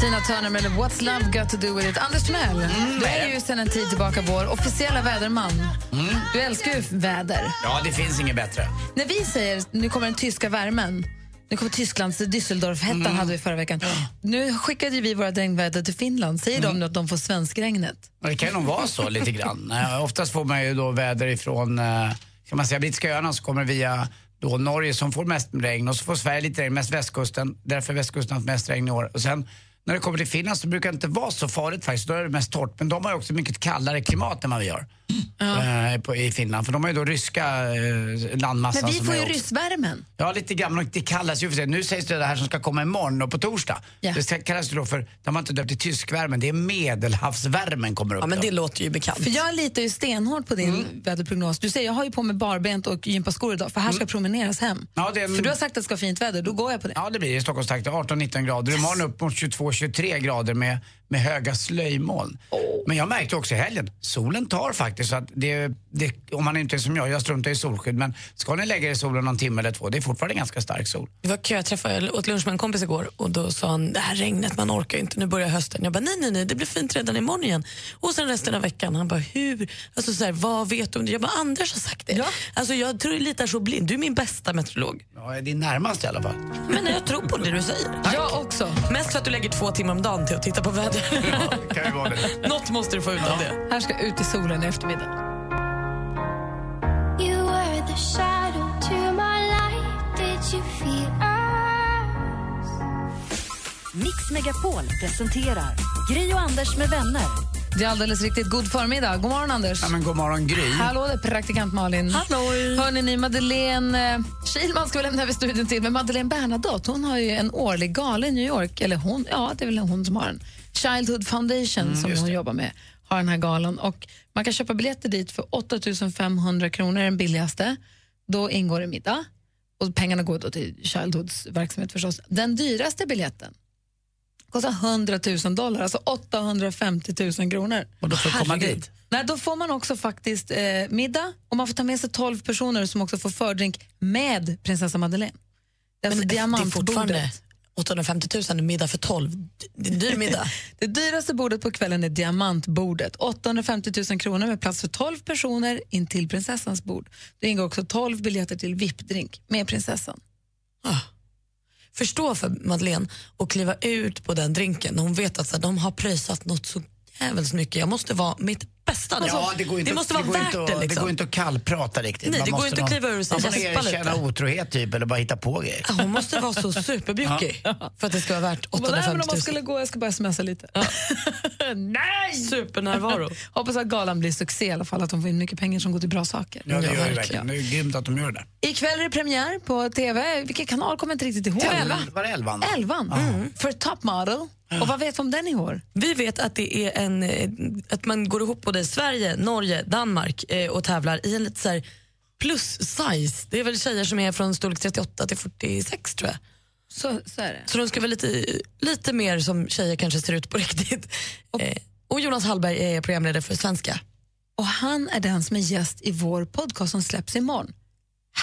Tina Turner med What's Love Got To Do With It. Anders Timell, du är ju sedan en tid tillbaka vår officiella väderman. Mm. Du älskar ju väder. Ja, det finns inget bättre. När vi säger nu kommer den tyska värmen, nu kommer Tysklands Düsseldorf-hettan Mm. hade vi förra veckan. Nu skickade ju vi våra regnväder till Finland. Säger Mm. de nu att de får svenskregnet? Ja, Det kan ju nog vara så lite grann. Eh, Oftast får man ju då väder ifrån, eh, kan man säga, Brittiska öarna som kommer via då Norge som får mest regn och så får Sverige lite regn, mest västkusten. Därför har västkusten haft mest regn i år. Och sen när det kommer till Finland så brukar det inte vara så farligt faktiskt. Då är det mest torrt. Men de har ju också mycket kallare klimat än vad vi har eh, på, i Finland. För de har ju då ryska eh, landmassan Men vi som får är ju också- ryssvärmen. Ja, lite gamla. Det kallas ju för sig. Nu sägs det det här som ska komma imorgon och på torsdag. Ja. Det kallas ju då för, de har inte döpt till tyskvärmen, det är medelhavsvärmen kommer upp. Ja, men då. det låter ju bekant. För jag litar ju stenhårt på din Mm. väderprognos. Du säger jag har ju på mig barbent och gympaskor idag för här ska promeneras hem. Mm. Ja, det är en- För du har sagt att det ska vara fint väder, då går jag på det. Ja, det blir det i Stockholmstrakten. 18-19 grader. Imorgon upp mot 22-23 grader med, med höga slöjmoln. Men jag märkte också i helgen, solen tar faktiskt. Så att det, det, om man inte är som jag, jag struntar i solskydd. Men ska ni lägga er i solen någon timme eller två, det är fortfarande ganska stark sol. Det var kö, jag träffade jag åt lunch med en kompis igår och då sa han det här regnet, man orkar inte, nu börjar hösten. Jag bara nej, nej, nej, det blir fint redan imorgon igen. Och sen resten av veckan, han bara hur, alltså så här, vad vet du om det? Jag bara Anders har sagt det. Alltså jag tror jag litar så blind, du är min bästa meteorolog. Ja, det är närmast i alla fall. Men jag tror på det du säger. Jag också. Mest för att du lägger två timmar om dagen till att titta på vädret. kan ju vara <laughs> det. Något måste du få ut av det. Här ska ut i solen i eftermiddag. You were the shadow to my light. Did you feel us? Mix Megapol presenterar Gry och Anders med vänner. Det är alldeles riktigt. God förmiddag. God morgon, Anders. Ja, men god morgon, Gry. Hallå, det är praktikant Malin. Halloj. Hörni, ni, Madeleine eh, Kilman ska vi lämna över studion till. Men Madeleine Bernadotte hon har ju en årlig gala i New York. Eller hon, ja, det är väl hon som har den. Childhood Foundation som hon jobbar med har den här galan. Och man kan köpa biljetter dit för 8 500 kronor, den billigaste. Då ingår det middag. Och pengarna går då till Childhoods verksamhet förstås. Den dyraste biljetten kostar 100 000 dollar, alltså 850 000 kronor. Och då får jag komma dit? Nej, då får man också faktiskt eh, middag och man får ta med sig 12 personer som också får fördrink med prinsessa Madeleine. Det är alltså eh, fortfarande diamantbordet. 850 000 middag för 12. Det är en <laughs> dyr middag. Det dyraste bordet på kvällen är diamantbordet. 850 000 kronor med plats för 12 personer in till prinsessans bord. Det ingår också 12 biljetter till VIP-drink med prinsessan. förstå för Madeleine och kliva ut på den drinken när hon vet att så här, de har pröjsat något så jävligt mycket. Jag måste vara mitt bästa. Alltså, ja, det, går inte, Alltså, måste det vara går värt inte, att- det. Liksom. Det går inte att kallprata riktigt. Nej, det går måste inte att kliva ur och säga Man får "Gäspa lite." erkänna otrohet typ, eller bara hitta på grejer. Hon måste vara så superbjukig för att det ska vara värt Hon bara, Nej, men 850 om 000. man skulle gå, jag ska bara smsa lite. <laughs> Nej! Supernärvaro. <laughs> Hoppas att galan blir succé i alla fall, att de får in mycket pengar som går till bra saker. Ja, det gör det verkligen. Det är grymt att de gör det. Ikväll är det premiär på TV. Vilken kanal kommer jag inte riktigt ihåg? Elva. Var det elvan? va? Elvan. Mm. För Top Model. Och vad vet vi om den i år? Vi vet att, det är en, eh, att man går ihop både Sverige, Norge, Danmark eh, och tävlar i en lite så här plus size. Det är väl tjejer som är från storlek 38 till 46 tror jag. Så, så är det. Så de ska vara lite, lite mer som tjejer kanske ser ut på <laughs> riktigt. Eh, och Jonas Hallberg är programledare för Svenska. Och han är den som är gäst i vår podcast som släpps imorgon.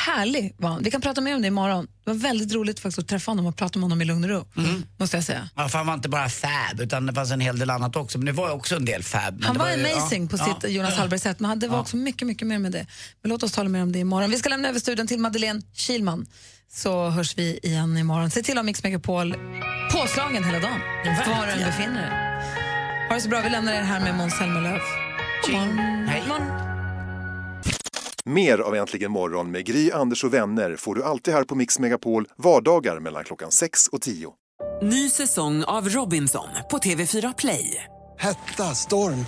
Härlig var han. Vi kan prata mer om det imorgon. Det var väldigt roligt faktiskt att träffa honom och prata med honom i lugn och ro. Mm. Måste jag säga. Ja, för han var inte bara fab, utan det fanns en hel del annat också. Men det var ju också en del fab. Men Han det var ju- amazing på ja, sitt ja. Jonas Hallberg-sätt, men det var Ja. också mycket, mycket mer med det. Men låt oss tala mer om det imorgon. Vi ska lämna över studion till Madeleine Kilman, så hörs vi igen imorgon. Se till att ha Mix Megapol påslagen hela dagen, var du än befinner dig. Ha det så bra. Vi lämnar er här med Måns Zelmerlöw. God morgon. God morgon. Mer av Äntligen morgon med Gry, Anders och vänner får du alltid här på Mix Megapol vardagar mellan klockan 6 och 10. Ny säsong av Robinson på TV4 Play. Hetta, storm,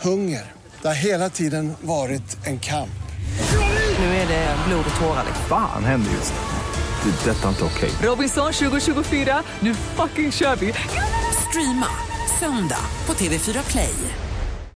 hunger. Det har hela tiden varit en kamp. Nu är det blod och tårar. liksom. Fan händer just nu. Det. är Detta är inte okej. Robinson 2024, nu fucking kör vi! Streama söndag på TV4 Play.